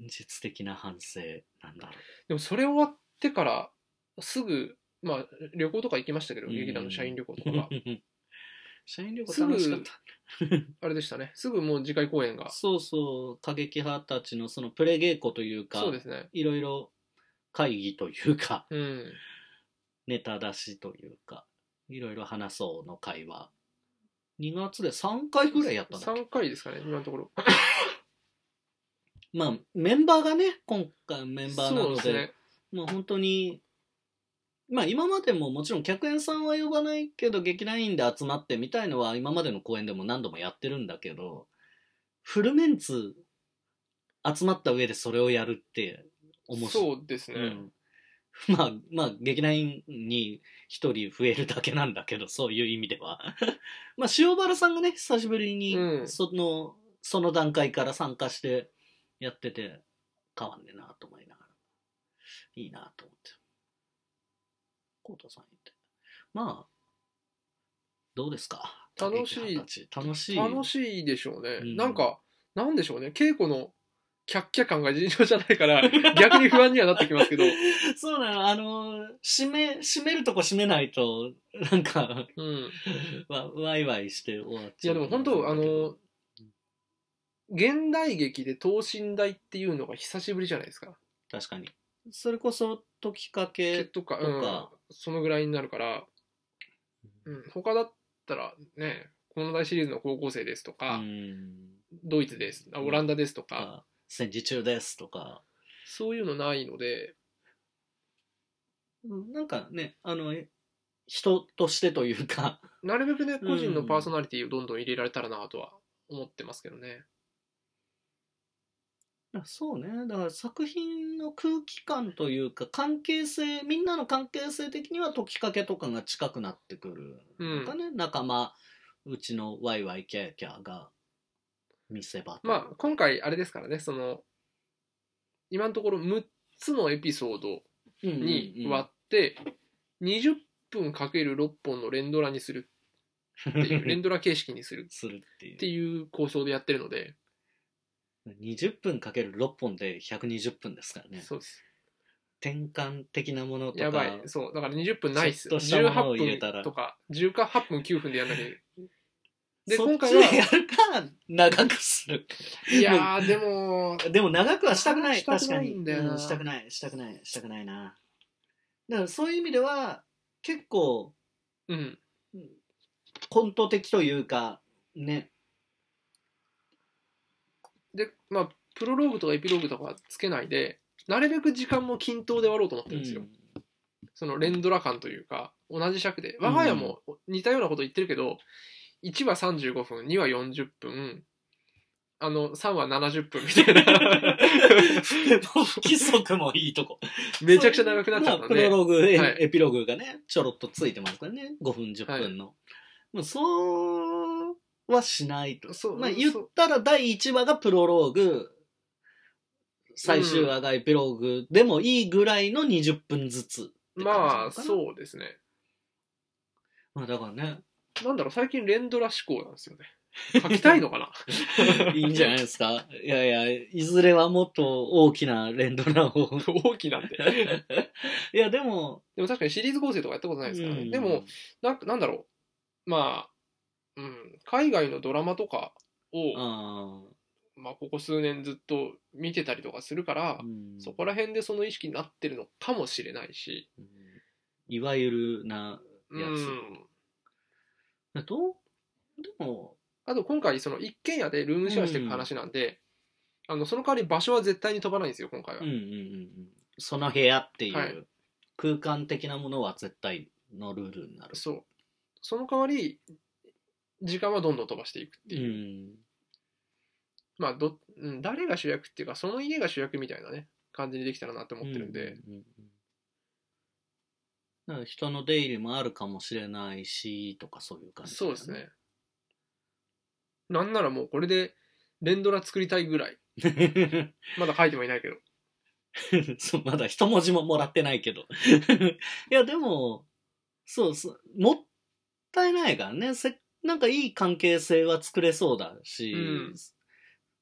現実的な反省なんだろ
でもそれ終わってから、すぐ、まあ旅行とか行きましたけど、
うん
劇団の社員旅行と かが、
う社員旅行楽しかっ
す
た
あれでしたね、すぐもう次回公演が、
そうそう過激派たちのそのプレ稽古というか
そうですね。
いろいろ会議というか
うん、
ネタ出しというか、いろいろ話そうの会話。2月で3回ぐらいやったんだっけ
3回ですかね、今のところ。
まあ、メンバーがね、今回メンバーな
そう
ので、
ですね。
まあ本当に、まあ今までももちろん客演さんは呼ばないけど、劇団員で集まってみたいのは今までの公演でも何度もやってるんだけど、フルメンツ集まった上でそれをやるって面白い。
そうですね、
うん まあ、まあ、劇団員に一人増えるだけなんだけど、そういう意味では。 まあ、塩原さんがね、久しぶり
う
に、
ん
その、その段階から参加してやってて、変わんねえなと思いながら。いいなと思って。コウタさん言って。まあ、どうですか
楽しい
竹内二十歳楽しい。
楽しいでしょうね、
うん
なんかなんでしょうね稽古のキャッキャ感が尋常じゃないから 逆に不安にはなってきますけど、
そうなの、あの、締め、締めるとこ締めないと、なんか、
うん、
わワイワイして終わっ
い
ちゃ
や
う
で
から。
も本当あの現代劇で等身大っていうのが久しぶりじゃないですか
確かに。それこそ、時かけ、
とか,、
とか
うん、そのぐらいになるから、うん、他だったらねこの大シリーズの高校生ですと
う
か、
ん、
ドイツですあ
うん
オランダですとか、
あ戦時中ですとか、
そういうのないので
うんなんかね、あの、え人としてという か、
なるべくね
うん
個人のパーソナリティをどんどん入れられたらなとは思ってますけどね、
そうね、だから作品の空気感というか、関係性、みんなの関係性的には時かけとかが近くなってくる
うん
のかね、仲間、うちのワイワイキャーキャーが見せ場という
まあ今回あれですからねその今のところ6つのエピソード
うんうんうん
に割って20分かける6本の連ドラにするって いう連ドラ形式にする
するっていう
っていう構想でやってるので、
20分かける6本で120分ですからね。
そうです
転換的なものとか。
やばいそうだから20分ないっす
ちょっとしたものを入れ
18
たら
分とか18分9分でやんなきゃいけないで
そっち
今回は
でやるか、長くするか。
いやーでも
でも長くはしたくない。
した
確
く
か
ない
に、
んだよな
うんしたくない、したくない、したくないな。だからそういう意味では、結構、
うん
コント的というか、ね。
でまあプロローグとかエピローグとかはつけないでなるべく時間も均等で終わろうと思ってるんですよ、 その連ドラ感というか同じ尺で我が家も似たようなこと言ってるけど、1話35分2話40分あの3話70分みた いな
不規則もいいとこ。
めちゃくちゃ長くなっちゃったん
まあ、プロ
で、
ローグ、エ
はい
エピローグがね、ちょろっとついてますからね、5分、10分の。もうそうはしないと。
そう
まあ、
そう
言ったら第1話がプロローグ、最終話がエピローグでもいいぐらいの20分ずつ。
まあ
う。
そうですね
まあだからね、
なんだろう最近連ドラ志向なんですよね書きたいのかな
いいんじゃないです か。いやいや、いずれはもっと大きな連ドラを。
大きなんで
いや、でも、
でも確かにシリーズ構成とかやったことないですからね、
うん
でも、なんかなんだろうまあ、うん、海外のドラマとかを、
あ
まあ、ここ数年ずっと見てたりとかするから
あ、、うん
そこら辺でその意識になってるのかもしれないし、
うんいわゆるな
う
やつ。
ん、
どうでも、
あと今回その一軒家でルームシェアしていく話なんで、あのその代わり場所は絶対に飛ばないんですよ今回は、
うんうんうんうん、その部屋っていう、
はい
空間的なものは絶対のルールになる。
そうその代わり時間はどんどん飛ばしていくって
う
いう、
ん、
まあど、うん、誰が主役っていうかその家が主役みたいなね感じにできたらなって思ってるんで、
うううんうんだから人の出入りもあるかもしれないしとかそういう感じだ
そう
よ、
ですねなんならもうこれで連ドラ作りたいぐらいまだ書いてもいないけど
そうまだ一文字ももらってないけど いやでもそうそうもったいないからねせなんかいい関係性は作れそうだし、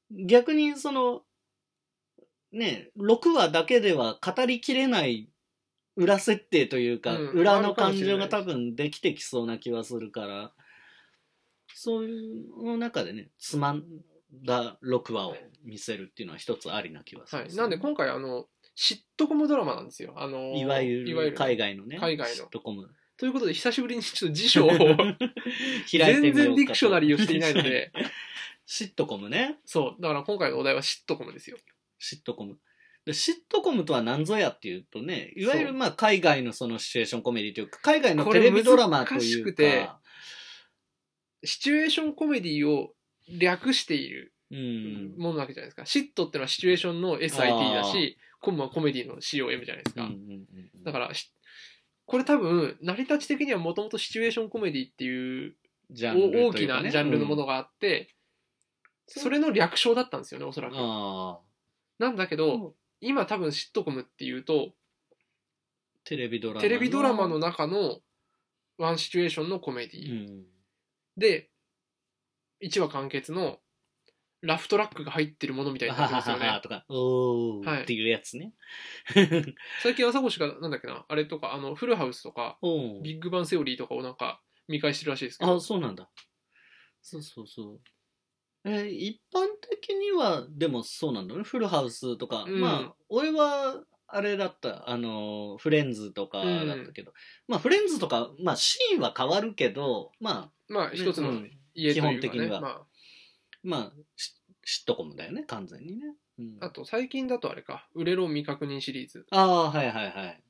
逆にそのね6話だけでは語りきれない裏設定というか、
うん
裏の感情
あ
が
るか
多
もしれ
分できてきそうな気はするからそういうの中でねつまんだ6話を見せるっていうのは一つありな気はする
はい、なんで今回あのシットコムドラマなんですよ。あの
いわゆる海外
外
のね、
海外の
シットコム。
ということで久しぶりにちょっと辞 書を
開いてみようかと
全然ディクショナリーをしていないの。で
シットコムね、
そうだから今回のお題はシットコムですよ。
シットコム。でシットコムとは何ぞやっていうとね、いわゆる
そう
まあ海外のそのシチュエーションコメディというか、海外の
こ
テ
れ
レビドラマとい
難し
うか
くて、シチュエーションコメディを略している
ううん。
ものなわけじゃないですか、シットってのはシチュエーションの SIT だしコムはコメディの COM じゃないです
う
か、
ん
だからしこれ多分成り立ち的にはもともとシチュエーションコメディっていう
ジャンルというかね
大きなジャンルのものがあって、それの略称だったんですよねおそら
うん
く。
ああ。
なんだけど、今多分シットコムっていうと
テレビドラマの。
テレビドラマの中のワンシチュエーションのコメデ
う
ィ、
ん。
で1話完結のラフトラックが入ってるものみたいにな
は
って
は
ますよ
はは
ね。
とか、お
は
ー
い
っていうやつね。
最近朝越がなんだっけなあれとかあのフルハウスとか
おー
ビッグバンセオリーとかをなんか見返してるらしいですけど
あ、そうなんだ。そうそうそう。えー一般的には、でもそうなんだね。フルハウスとか。
うん
まあ、俺は、あれだった。あのー、フレンズとかだったけど。まあ、フレンズとか、まあ、シーンは変わるけど、まあ、
まあ一つの
うん
家とい
基
う
本的
かね、
には
まあ、
まあ、シシットコムだよね、完全にね。うん、
あと最近だとあれか、売れろ未確認シリーズ。
ああ、はいはいはい。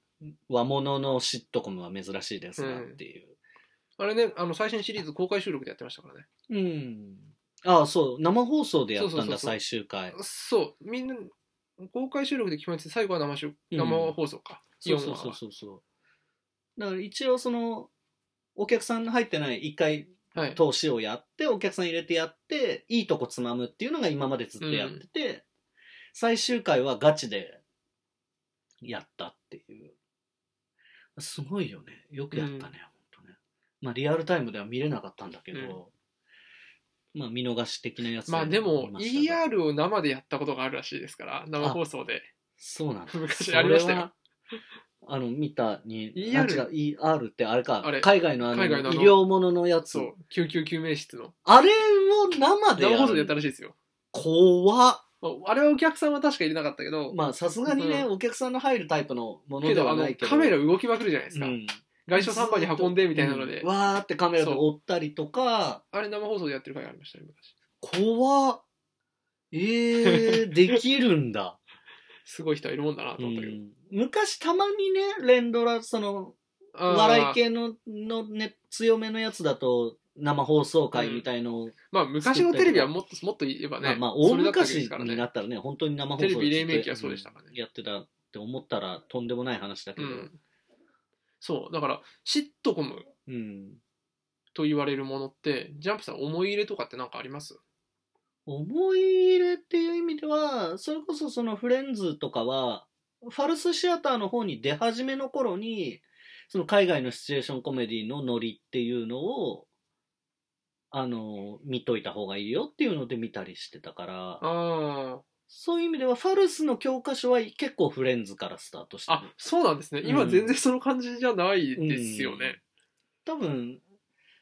和物のシットコムは珍しいですなっていう。
あれね、あの最新シリーズ公開収録でやってましたからね。
うん。ああ、そう、生放送でやった
そ
ん
うそうそう
だ、
そう
最終回。
そう、みんな、公開収録で決まって最後は生しゅ
うん
生放送か。
そう
4
そう
話
そう
は
そうそう。だから一応その、お客さんの入ってない一回
はい。
投資をやって、お客さん入れてやって、いいとこつまむっていうのが今までずっとやってて、最終回はガチでやったっていう。すごいよね。よくやったね、
うん
ほんとね。まあリアルタイムでは見れなかったんだけど、まあ見逃し的なやつ
まあでも、
見したが
ER を生でやったことがあるらしいですから、生放送で。
そうなんだ。
昔ありました
それ
よ
は。あの、見たに、
ER
あ違う ER ってあれか、
あれ
海外のあの、
海外のあ
医
の
療もののやつ
そ。う、救急救命室の。
あれを生でや
生
る
放送でやったらしいですよ。
怖っ。
まああれはお客さんは確か入れなかったけど、
まあ、さすがにね、
う
お客さんの入るタイプのもの
け
で
ど、
は
あの
ない、けど。
カメラ動きまくるじゃないですか。
うん
外傷3番に運んでみたいなので、
うんわーってカメラで追ったりとか、
あれ生放送でやってる回がありましたね、昔。
怖っ。ええ ー、できるんだ。
すごい人はいるもんだなと
う
思ったけど。
ん昔たまにね、連ドラ、その、
あー
笑い系のの、ね、強めのやつだと生放送会みたいのを、
まあ昔のテレビはもっともっと言えば
ま
ね、
あ、まあ
そ
大
れだったわけで
昔
すから
にな
ね。
ったらね本当に生放送
テレビ黎明期はそうでしたからね
うんやってたって思ったらとんでもない話だけ
う
ど、
ん、そうだからシットコム
うん
と言われるものってジャンプさん思い入れとかってなんかあります
思い入れっていう意味ではそれこそそのフレンズとかはファルスシアターの方に出始めの頃にその海外のシチュエーションコメディのノリっていうのをあの見といた方がいいよっていうので見たりしてたから
あ
そういう意味ではファルスの教科書は結構フレンズからスタートし
あ
てる
あそうなんですね今全然その感じじゃないですよね、
多分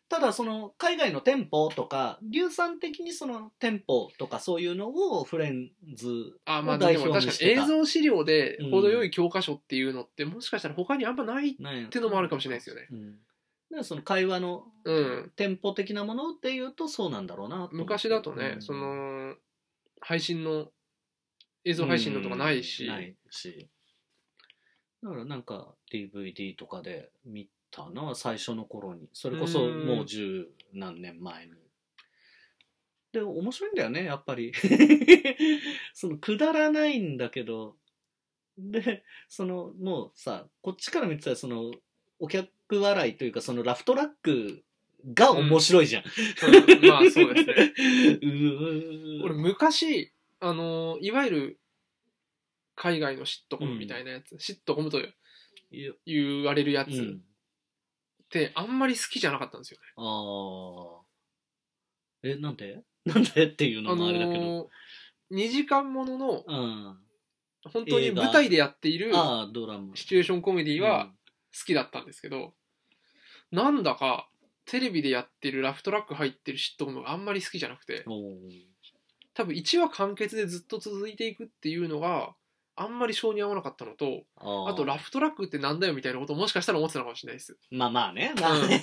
ただその海外の店舗とか硫酸的にその店舗とかそういうのをフレンズ
あまあ
を代
でも
表に
確か
して
に映
た
像資料で程よい教科書っていうのってもしかしたら他にあんまないっ
ね
てのもあるかもしれないですよね
うん、だからその会話の
うん
店舗的なものっていうとそうなんだろうなと思って
昔だとね、
うん
その配信の映像配信のとかないし、
うんないしだからなんか DVD とかで見たな最初の頃にそれこそ
うん
もう十何年前にで面白いんだよねやっぱり そのくだらないんだけどでそのもうさこっちから見てたらそのお客笑いというかそのラフトラックが面白いじゃん、
うんまあそうですね
うーん
俺昔あのーいわゆる海外のシットコムみたいなやつ、シットコムと
いや
言われるやつ
う
っ
ん
てあんまり好きじゃなかったんですよね。
ああ。え、なんでなんでって いうのもあれだけど。
の2時間ものの
うん。
本当に
映画
舞台でやっている
ああ、ドラマ。
シチュエーションコメディは好きだったんですけど、なんだかテレビでやってるラフトラック入ってるシットコムがあんまり好きじゃなくて
うん、お
多分1話完結でずっと続いていくっていうのがあんまり性に合わなかったのと
あ
あとラ
フ。
フトラックってなんだよみたいなことをもしかしたら思ってたのかもしれないです。
まあまあね。まあね。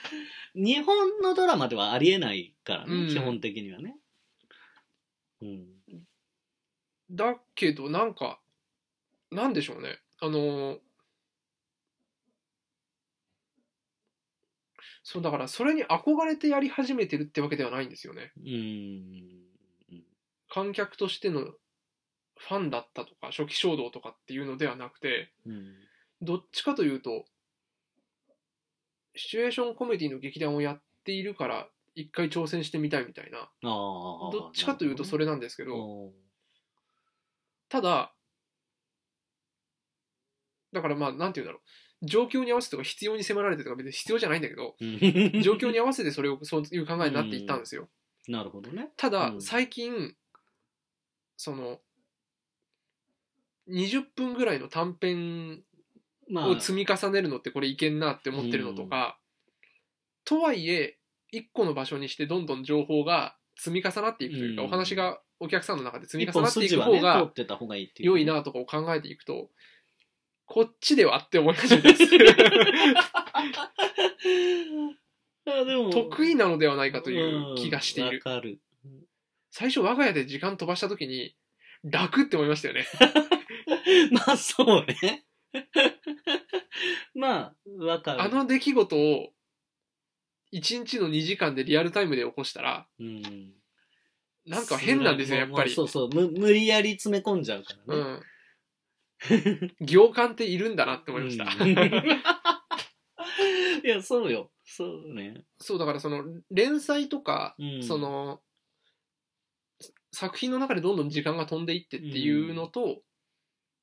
日本のドラマではありえないからね、
うん
基本的にはね。うん。
だけどなんかなんでしょうねあのーそうだからそれに憧れてやり始めてるってわけではないんですよね
うん。
観客としてのファンだったとか初期衝動とかっていうのではなくて
うん
どっちかというとシチュエーションコメディの劇団をやっているから一回挑戦してみたいみたいな
あー
どっちかというとそれなんですけ
なる
ど
ほ
ただだからまあなんて言うんだろう状況に合わせてとか必要に迫られてとか別に必要じゃないんだ けど
どねうん
状況に合わせてそれをそういう考えになっていったんですよ。
なるほどね。
ただ
うん
最近その20分ぐらいの短編
ま
を積み重ねるのってこれいけんなって思ってるのとか、とはいえ1個の場所にしてどんどん情報が積み重なっていくというか、
うん
お話がお客さんの中で積み
一
重な
本
ってい
筋
く
は
方
ね、
が
通ってた方がいいっていう。
良 い。なとかを考えていくとこっちではって思い始 めます
あでも
得意なのではないかという気がしてい
うん
る
わかる。
最初我が家で時間飛ばした時に楽って思いましたよね
まあ、そうね。 まあ、わかる。
あの出来事を1日の2時間でリアルタイムで起こしたら
うん、
なんか変なんですよやっぱり
そ。うそう、む無理やり詰め込んじゃうから
う
ね。
ん、行間っているんだなって思いました、
うん いや、そうよ。そうね。
そうだからその連載とか、
うん
その作品の中でどんどん時間が飛んでいってっていうのと、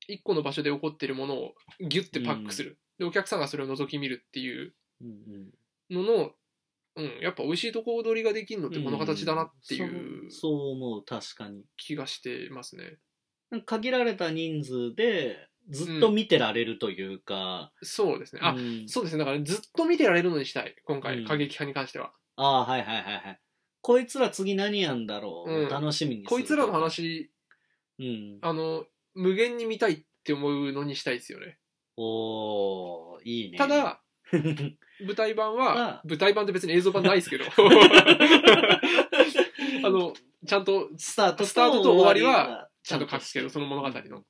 一個の場所で起こってるものをギュッてパックする、でお客さんがそれを覗き見るっていう
うんうん
のの、うん、やっぱ美味しいとこ踊りができるのってこの形だなっていう
そうそう思う、確かに。
気がしてますね。
限られた人数でずっと見てられるというか、
そうですねあ、
うん
そうですねだからずっと見てられるのにしたい今回、
うん
過激派に関しては
ああはいはいはいはいこいつら次何やんだろう、
うん
楽しみにする
こいつらの話
うん
あの無限に見たいって思うのにしたいですよね
おーいいね
ただ舞台版
あ
は舞台版って別に映像版ない ですけどあのちゃんと
スタート
スタートと終わりはちゃんと書くけどその物語の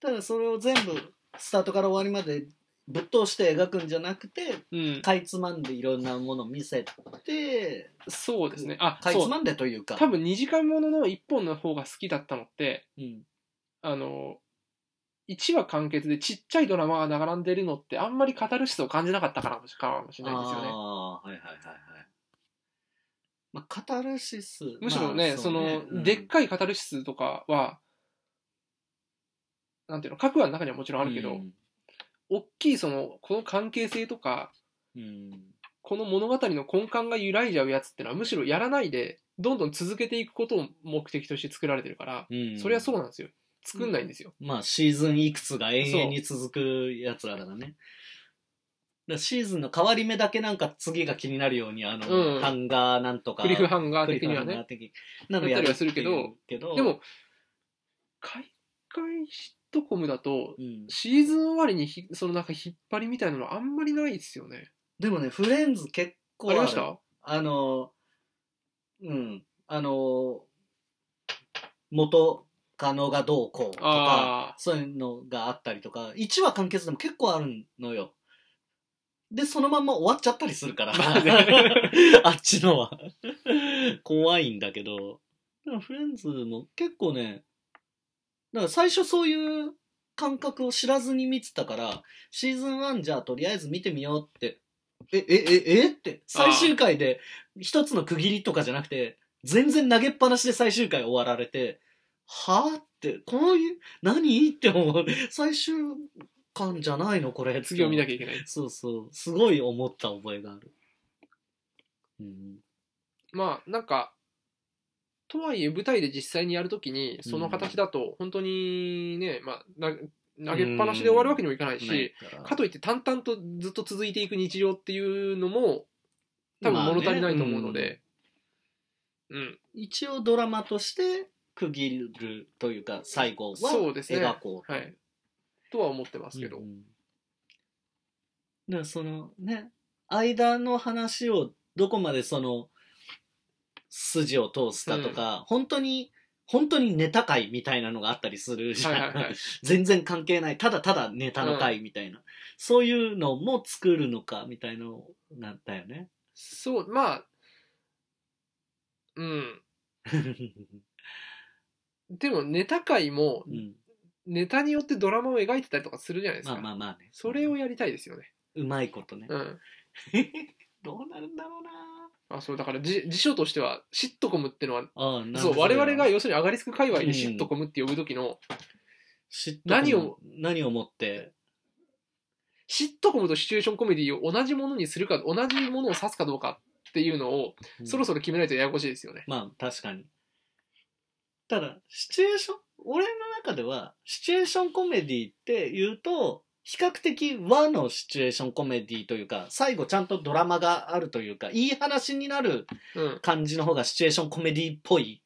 ただそれを全部スタートから終わりまでぶっ通して描くんじゃなくて
うん
かいつまんでいろんなもの見せて
そうですねあ
かい
そ
つ
う
まんでというか
多分2時間ものの1本の方が好きだったのって
うん
あの1話完結でちっちゃいドラマが並んでるのってあんまりカタルシスを感じなかったからかもしれないですよね。
ああはいはいはいはいまあカタルシス
むしろ
ま
ね,、
あ
その
うん
でっかいカタルシスとかはなんていうの各話の中にはもちろんあるけ
う
ど、
ん
大きいそのこの関係性とか
うん
この物語の根幹が揺らいじゃうやつってのはむしろやらないでどんどん続けていくことを目的として作られてるから、
うん
それはそうなんですよ作んないんですよ。
まあシーズンいくつが永遠に続くやつらだからね。だからシーズンの変わり目だけなんか次が気になるようにあの、
うん
ハンガーなんとか。
クリフハンガー
クリ
的
フ
に
ハ
は
ン
ね
ガー的なのやるっていう
やったりはする
けど
で、も海外シットコムだと
うん
シーズン終わりにひそのなんか引っ張りみたいなのあんまりないですよね。
でもねフレンズ結構
あ
る
りました
あのうんあの元カノがどうこうとか
あ
そういうのがあったりとか1話完結でも結構あるのよでそのまんま終わっちゃったりするから、
まあね
あっちのは怖いんだけどでもフレンズも結構ねだから最初そういう感覚を知らずに見てたからシーズン1じゃあとりあえず見てみようってええええって最終回で一つの区切りとかじゃなくて全然投げっぱなしで最終回終わられてはあってこういう何って思う最終巻じゃないのこれ
あ次を見な
き
きゃいけない。
そうそうすごい思った覚えがあるうん
まあなんかとはいえ舞台で実際にやるときにその形だと本当にね、まあ、な投げっぱなしで終わるわけにもいかないし、かといって淡々とずっと続いていく日常っていうのも多分物足りないと思うので、うん、
一応ドラマとして区切るというか最後は
そうですね
描こう
はい、とは思ってますけど、
うんうんだからそのね間の話をどこまでその筋を通すかとか、本当に本当にネタ会みたいなのがあったりするじゃん、
はいは いはい
全然関係ないただただネタの会みたいな、そういうのも作るのかみたい なのなんだよね。
そうまあうんでもネタ界も
うん、
ネタによってドラマを描いてたりとかするじゃないです
ま
か、
あまあまあね。
それをやりたいですよね
うまいことね。
うん
どうなるんだろうな
あそうだからじ辞書としてはシットコムってのは
ああ、なる
そ
ほ
う
ど
我々が要するにアガリスク界隈でシットコムって呼ぶ時の、
知っとく
何を、
何をもって、
シットコムとシチュエーションコメディを同じものにするか同じものを指すかどうかっていうのを
うん
そろそろ決めないとややこしいですよね、
まあ、確かに。ただ、シチュエーション、俺の中では、シチュエーションコメディって言うと、比較的和のシチュエーションコメディというか、最後ちゃんとドラマがあるというか、いい話になる
うん、
感じの方がシチュエーションコメディっぽい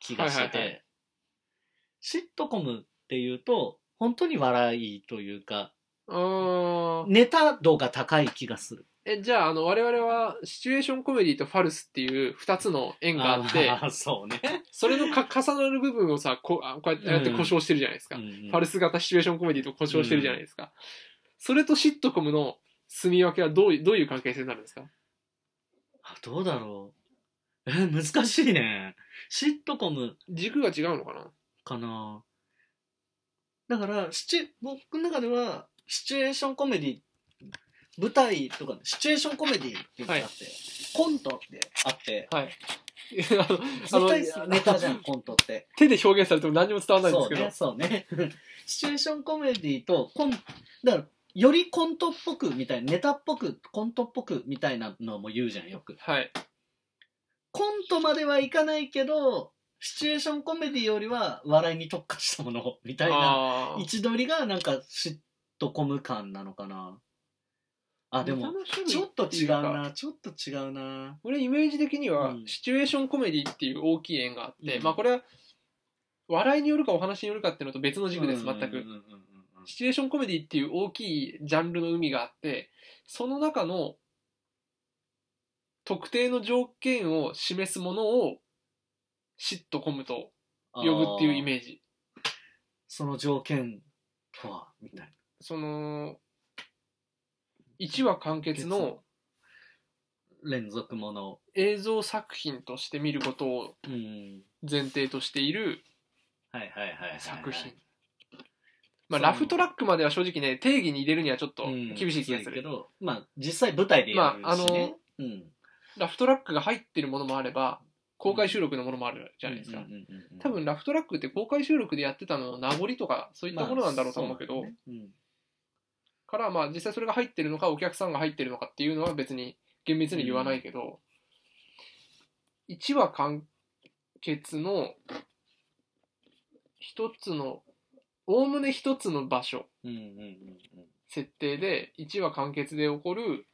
気がしてて、
はいはいは
シットコムっていうと、本当に笑いというか、
あー
ネタ度が高い気がする。
えじゃああの我々はシチュエーションコメディとファルスっていう2つの縁があって
あーそうね。
そ れのか重なる部分をさこあこうやってやって故障してるじゃないですか、
うん
ファルス型シチュエーションコメディと故障してるじゃないですか、それとシットコムの住み分けはどういどういう関係性になるんですか
あどうだろう。え、難しいね。シットコム
軸が違うのかな
かな。だから、シチュ、僕の中では、シチュエーションコメディ、舞台とか、シチュエーションコメディっていうのがあって、コントってあって、
はいあの
絶
あの
対ネタじゃん、コントって。
手で表現されても何にも伝わらないんで
そ
す
う
けど
ね、そうね。 シチュエーションコメディとコン、だから、よりコントっぽくみたいな、ネタっぽく、コントっぽくみたいなのも言うじゃん、よく。
はい
コントまではいかないけど、シチュエーションコメディよりは笑いに特化したものみたいな
あー
位置取りがなんかシットコム感なのかな。あ、でも、
ネタの種類
ちょっと
てい
違う
か
な、ちょっと違うな。
俺イメージ的には、
うん
シチュエーションコメディっていう大きい縁があって、
うん
まあこれは笑いによるかお話によるかっていうのと別の軸です全く、
うんうんうんうんうん
シチュエーションコメディっていう大きいジャンルの海があってその中の特定の条件を示すものをシットコムと呼ぶっていうイ
あー
メージ
その条件とは、みたいな。
その1話完結の
連続もの。
映像作品として見ることを
うん。
前提としている
はいはいはいはいはい。
作品。
そ
まあ、
う
ラフトラックまでは正直ね定義に入れるにはちょっと
うん
厳しい気がす
そうやけ
る、
ど、まあ実際舞台でやるしね。
まああの
うん。
ラフトラックが入ってるものもあれば公開収録のものもあるじゃないですか、
うんうんうんうんうん
多分ラフトラックって公開収録でやってたのの名残とかそういったものなんだろうと思うけど、
まあそうなんだね
からまあ実際それが入ってるのかお客さんが入ってるのかっていうのは別に厳密に言わないけど、1話完結の一つのおおむね一つの場所
うんうんうんうんうん
設定で1話完結で起こる、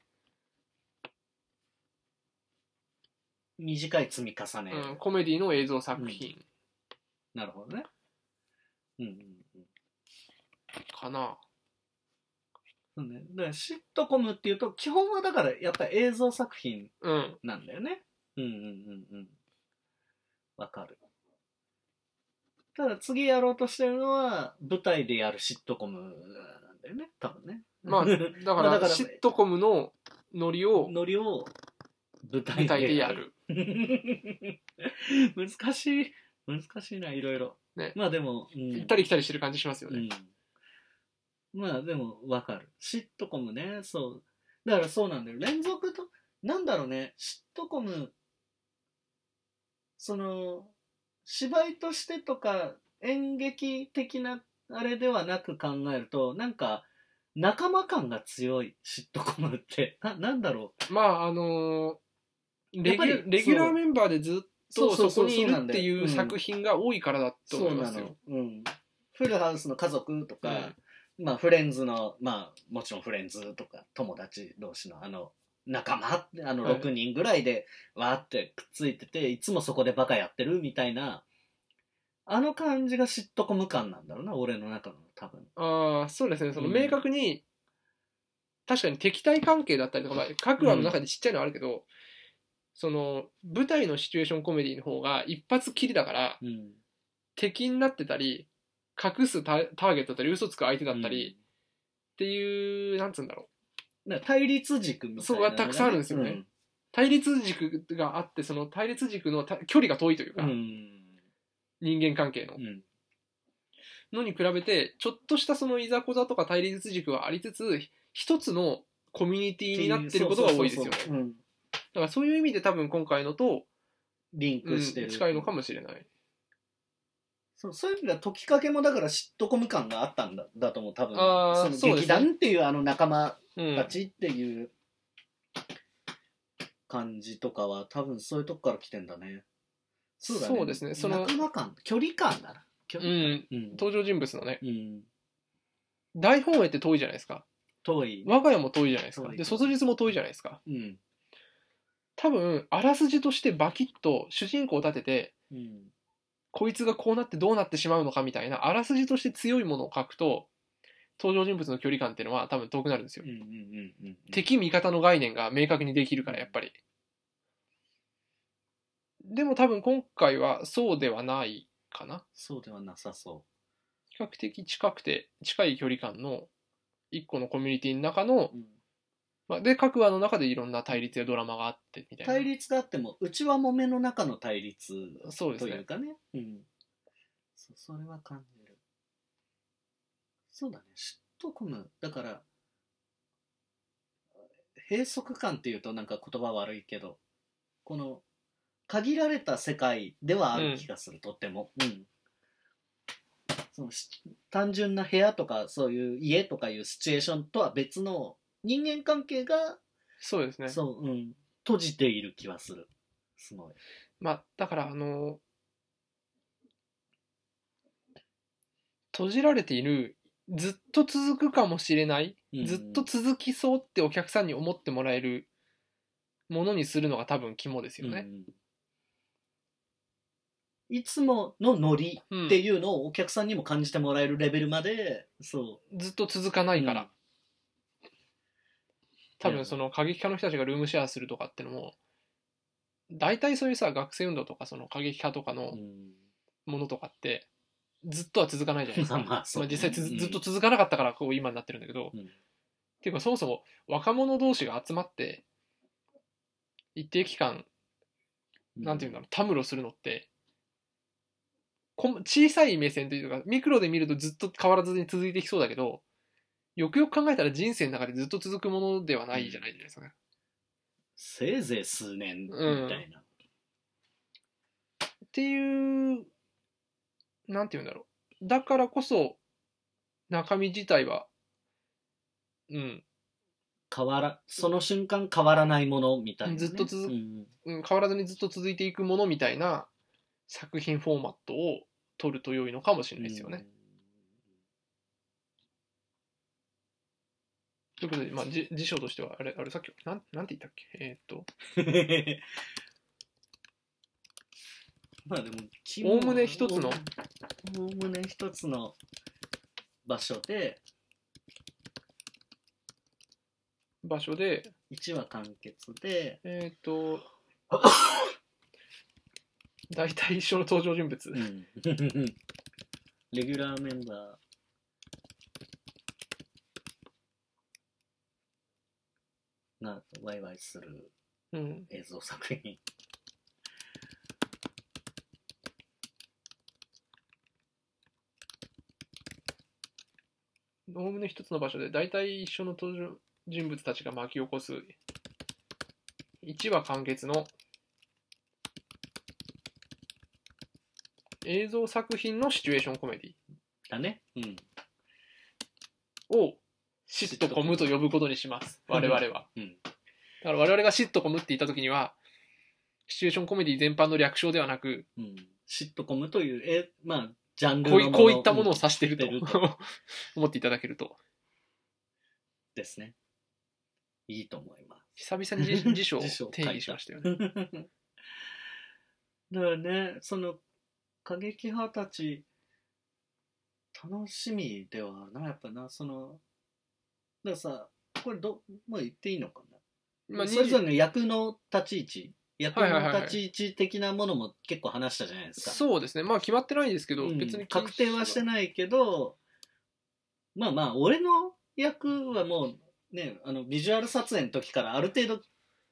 短い積み重ね、
うん、コメディの映像作品
なるほどね、うんうんうん
かな、
そうね、だからシットコムっていうと基本はだからやっぱり映像作品
うん、
なんだよねうんうんうんうんわかるただ次やろうとしてるのは舞台でやるシットコムなんだよね多分ね
まあだか
まあだから
らシットコムのノリを
ノリを舞台
舞台で
で
や
やる
る
難しい難しいないろいろ、
ね
まあでも、うん
行ったり来たりしてる感じしますよ
う
ね、
ん、まあでもわかるシットコムねそうだからそうなんだよ連続となんだろうねシットコムその芝居としてとか演劇的なあれではなく考えるとなんか仲間感が強いシットコムってななんだろう
まああのー
や
レ
っ
ギ
ぱり
ュレギュラーメンバーでずっと
そう
そ
そうそう
こにい
そうな
る
ん
っ
だよ
ていう作品が多いからだと
そ
思いうま
な
すよ
の、うん、フルハウスの家族とか、まあフレンズのまあもちろんフレンズとか友達同士のあの仲間あの
はい
6人ぐらいでわーってくっついてて、い、つもそこでバカやってるみたいなあの感じが嫉妬コム感なんだろうな俺の中の多分
ああそうですねその
うん
明確に、確かに敵対関係だったりとか、まあ、各話の中でちっちゃいのはあるけど、その舞台のシチュエーションコメディの方が一発きりだから
うん
敵になってたり隠すタターゲットだったり嘘つく相手だったり、っ、ていうなんつうんだろ
うんだから対立軸みたいなのがね
そうがたくさんあるんですよね対立軸があってその対立軸のた距離が遠いというか、
うん。
人間関係の
うん。
のに比べてちょっとしたそのいざこざとか対立軸はありつつ一つのコミュニティになってることが多いですよね
そうそうそうそううん
だからそういう意味で多分今回のと、
リン
う
ク
ん
してる。
近いのかもしれない
そうそういう意味では解きかけもだからシットコム感があったんだだと思う多分
あー
その
そうで
劇
すね
団っていうあの仲間
うん
たちっていう感じとかは多分そういうとこから来てんだねそうだね
そうですねその
仲間感距離感だな距
う
離
ん
うん、
登場人物のね
うん、
大本営って遠いじゃないですか
遠い、
我が家も遠いじゃないですか
遠い
で卒日も遠いじゃないですか
うん
多分あらすじとしてバキッと主人公を立てて
うん、
こいつがこうなってどうなってしまうのかみたいなあらすじとして強いものを書くと登場人物の距離感っていうのは多分遠くなるんですよ
うんうんうんうん
敵味方の概念が明確にできるからやっぱりでも多分今回はそうではないかな
そうではなさそ
比較的近くて近い距離感の一個のコミュニティの中の
う、、うん
まあ、で各話の中でいろんな対立やドラマがあってみたいな
対立があってもうちはもめの中の対立
そうです
とい
ね
うかねうんそうそれは感じるそうだね嫉妬込むだから閉塞感っていうとなんか言葉悪いけどこの限られた世界ではある気がする、とっても、うん、そのし単純な部屋とかそういう家とかいうシチュエーションとは別の人間関係が
そうですね
そう、うん。閉じている気はする。すごい。
まあだからあの閉じられているずっと続くかもしれないずっと続きそうってお客さんに思ってもらえるものにするのが多分肝ですよね。
うんいつものノリ
うん
っていうのをお客さんにも感じてもらえるレベルまで、そ
ずっと続かないから、
うん
多分その過激派の人たちがルームシェアするとかってのも大体そういうさ学生運動とかその過激派とか
う。
のものとかってずっとは続かないじゃないですか。
まあまあそうね
実際つづ
うん
ずっと続かなかったからこう今になってるんだけど、
うん
っていうかそもそも若者同士が集まって一定期間なんていうんだろう、たむろするのって、こん小さい目線というか、ミクロで見るとずっと変わらずに続いていきそうだけど、よくよく考えたら人生の中でずっと続くものではないじゃないですか、ね。
せいぜい数年みたいな。
っていう、なんて言うんだろう。だからこそ、中身自体は、うん、
変わら、その瞬間変わらないものみたいな、ね。
ずっと続く
うん
うん、変わらずにずっと続いていくものみたいな作品フォーマットを取ると良いのかもしれないですよね。ということで、まあ、じ辞書としては、あれ、あれ、さっき、なん、なんて言ったっけえーっと、
うん。 まあでも、
おおむね一つの
おおむね一つの場所で
場所で、
1話完結で、
えーっと、 大体一緒の登場人物。
レギュラーメンバーがワイワイする
うん。
映像作品
おおむね一つの場所で、大体一緒の登場人物たちが巻き起こす、1話完結の映像作品のシチュエーションコメデ
だね。うん。
ィを、シットコムと呼ぶことにします。我々は。
うん。
だから我々がシットコムって言った時にはシチュエーションコメディ全般の略称ではなく
うん。シットコムという、え、まあ、ジャンル
こ
の
ういこういったものを
うん
指してると
うん指してる
思っていただけると
ですね。いいと思います。
久々に辞辞書を
辞書を書い
定
た
義しましたよね。
だからね、その、過激派たち、楽しみではな、やっぱな、その、だからさ、これど、もう言っていいのかな、
まあ、
それぞれ
に
の役の立ち位置、役
はいはいはい
の
はい
立ち位置的なものも結構話したじゃないですか。
そうですねまあ決まってないですけど、
うん
別に
確定はしてないけど、まあまあ、俺の役はもう、ね、あの、ビジュアル撮影の時からある程度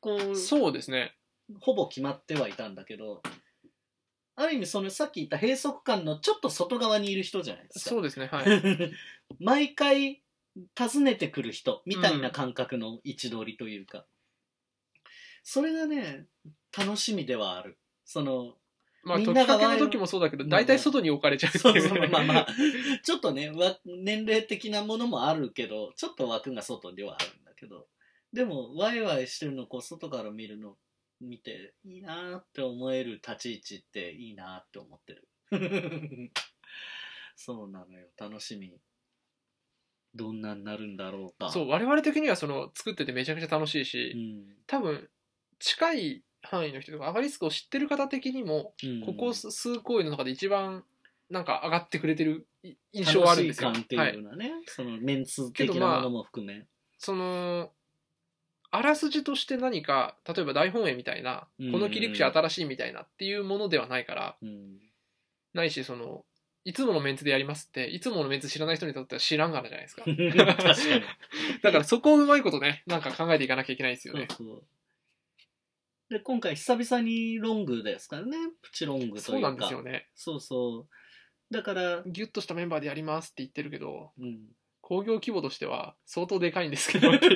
婚
そうですね
ほぼ決まってはいたんだけどある意味そのさっき言った閉塞感のちょっと外側にいる人じゃないですか
そうですねはい
毎回訪ねてくる人みたいな感覚の位置取りというか、それがね楽しみではあるその
まあ
みん
時
な
き
が
かけの時もそうだけど
うん
大体外に置かれ ちゃうって
そう
い
そうう
ね
まあまあちょっとねわ年齢的なものもあるけどちょっと枠が外ではあるんだけどでもワイワイしてるのこう外から見るの見ていいなーって思える立ち位置っていいなーって思ってる そうなのよ楽しみどんなになるんだろうか
そう我々的にはその作っててめちゃくちゃ楽しいうし
ん、
多分近い範囲の人とかアガリスクを知ってる方的にも
うん、
ここ数数行為の中で一番なんか上がってくれてるい印象はあるんですよ。
楽しい感
は
ってい
いう
のはね、そのメンツ
けど
的な
まあ
ものも含め、
そのあらすじとして何か例えば大本営みたいな
うん
この切り口新しいみたいなっていうものではないから
うん
ないしそのいつものメンツでやりますっていつものメンツ知らない人にとっては知らんからじゃないですか
確かに
だからそこをうまいことねなんか考えていかなきゃいけないですよね
そうそうで今回久々にロングですからねプチロングと
そ
いううか
なんですよね
そうそうだから、
ギュッとしたメンバーでやりますって言ってるけど
うん、
興行規模としては相当でかいんで すけどっていう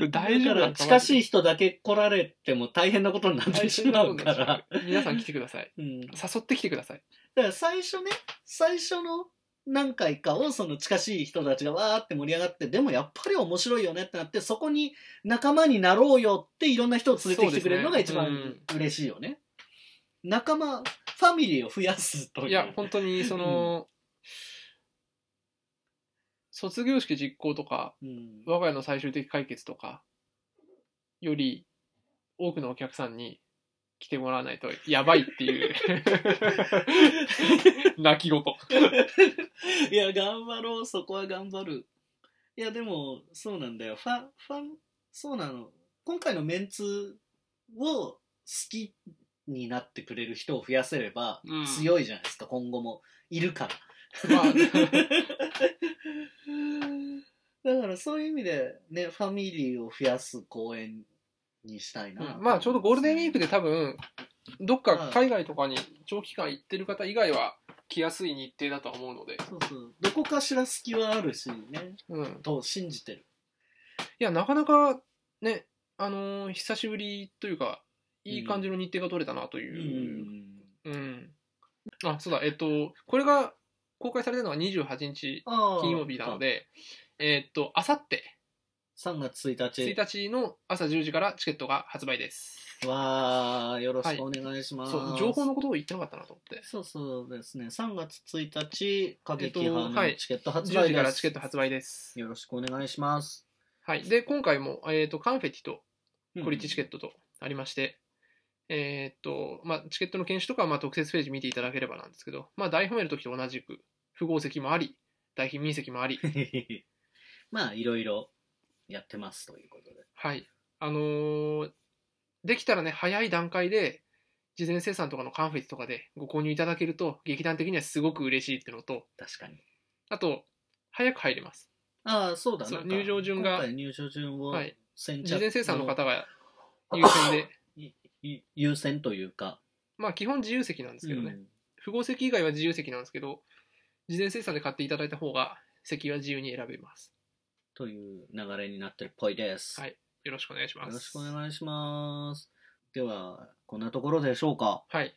れ 大丈夫
だ
なのか
から近しい人だけ来られても大変なことになってしまうから、
皆さん来てください
うん、だ
誘ってきてください
から最初ね最初の何回かをその近しい人たちがわーって盛り上がってでもやっぱり面白いよねってなってそこに仲間になろうよっていろんな人を連れてきてくれるのが一
そうで
番嬉しいよね。仲間ファミリーを増やすという。
いや本当にその、卒業式実行とか
うん
我が家の最終的解決とかより多くのお客さんに来てもらわないとやばいっていう 泣き言
いや、頑張ろう、そこは頑張る。いや、でも、そうなんだよ。ファン、ファン、そうなの。今回のメンツを好きになってくれる人を増やせれば
うん
強いじゃないですか、今後も。いる から。
まあ
だからそういう意味で、ね、ファミリーを増やす公演にしたいな。
まあちょうどゴールデンウィークで
た
多分どっか海外とかに長期間行ってる方以外は来やすい日程だとは思うので、
そうそう。どこかしら隙はあるしね、
うん、
と信じてる。
いや、なかなかね、あのー久しぶりというか、いい感じの日程が取れたなという。うん。あ、そうだ、えっと、これが公開されたのが28日
ああ
金曜日なので、えっと、あさって
3月1日。
1日の朝10時からチケットが発売です。
わあ、よろしくお願いします。
そう、情報のことを言ってなかったなと思って。
そうそうですね。3月1日、歌劇
えっと
班
はい
のチケット発
10
売で
時
す。
からチケット発売です。
よろしくお願いします。
はい。で、今回も、えっと、カンフェティと
うん
コリッチチケットとありまして、えーっと、まあ、チケットの検視とかはまあ特設ページ見ていただければなんですけど、まあ、大褒めの時と同じく、不合席もあり、大貧民席もあり、
まあ、いろいろやってますということで。
はい。あのーできたらね、早い段階で、事前生産とかのカンフェティとかでご購入いただけると、劇団的にはすごく嬉しいってのと、
確かに。
あと、早く入れます。
ああ、そうだ
そう
なんか
入場順が
今回入場順を
はい
先着、
事前生産の方が優先で、
い優先というか。
まあ、基本自由席なんですけどね。
うん
不合席以外は自由席なんですけど、事前生産で買っていただいた方が、席は自由に選べます。
という流れになってるっぽいです。
はいよろしくお願いします。
よろしくお願いします。では、こんなところでしょうか。
はい。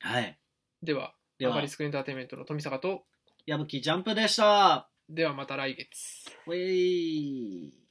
はい。
では、
では
アガリスクエンターテインメントの富坂と、
矢吹ジャンプでした。
ではまた来月。
ウェイ。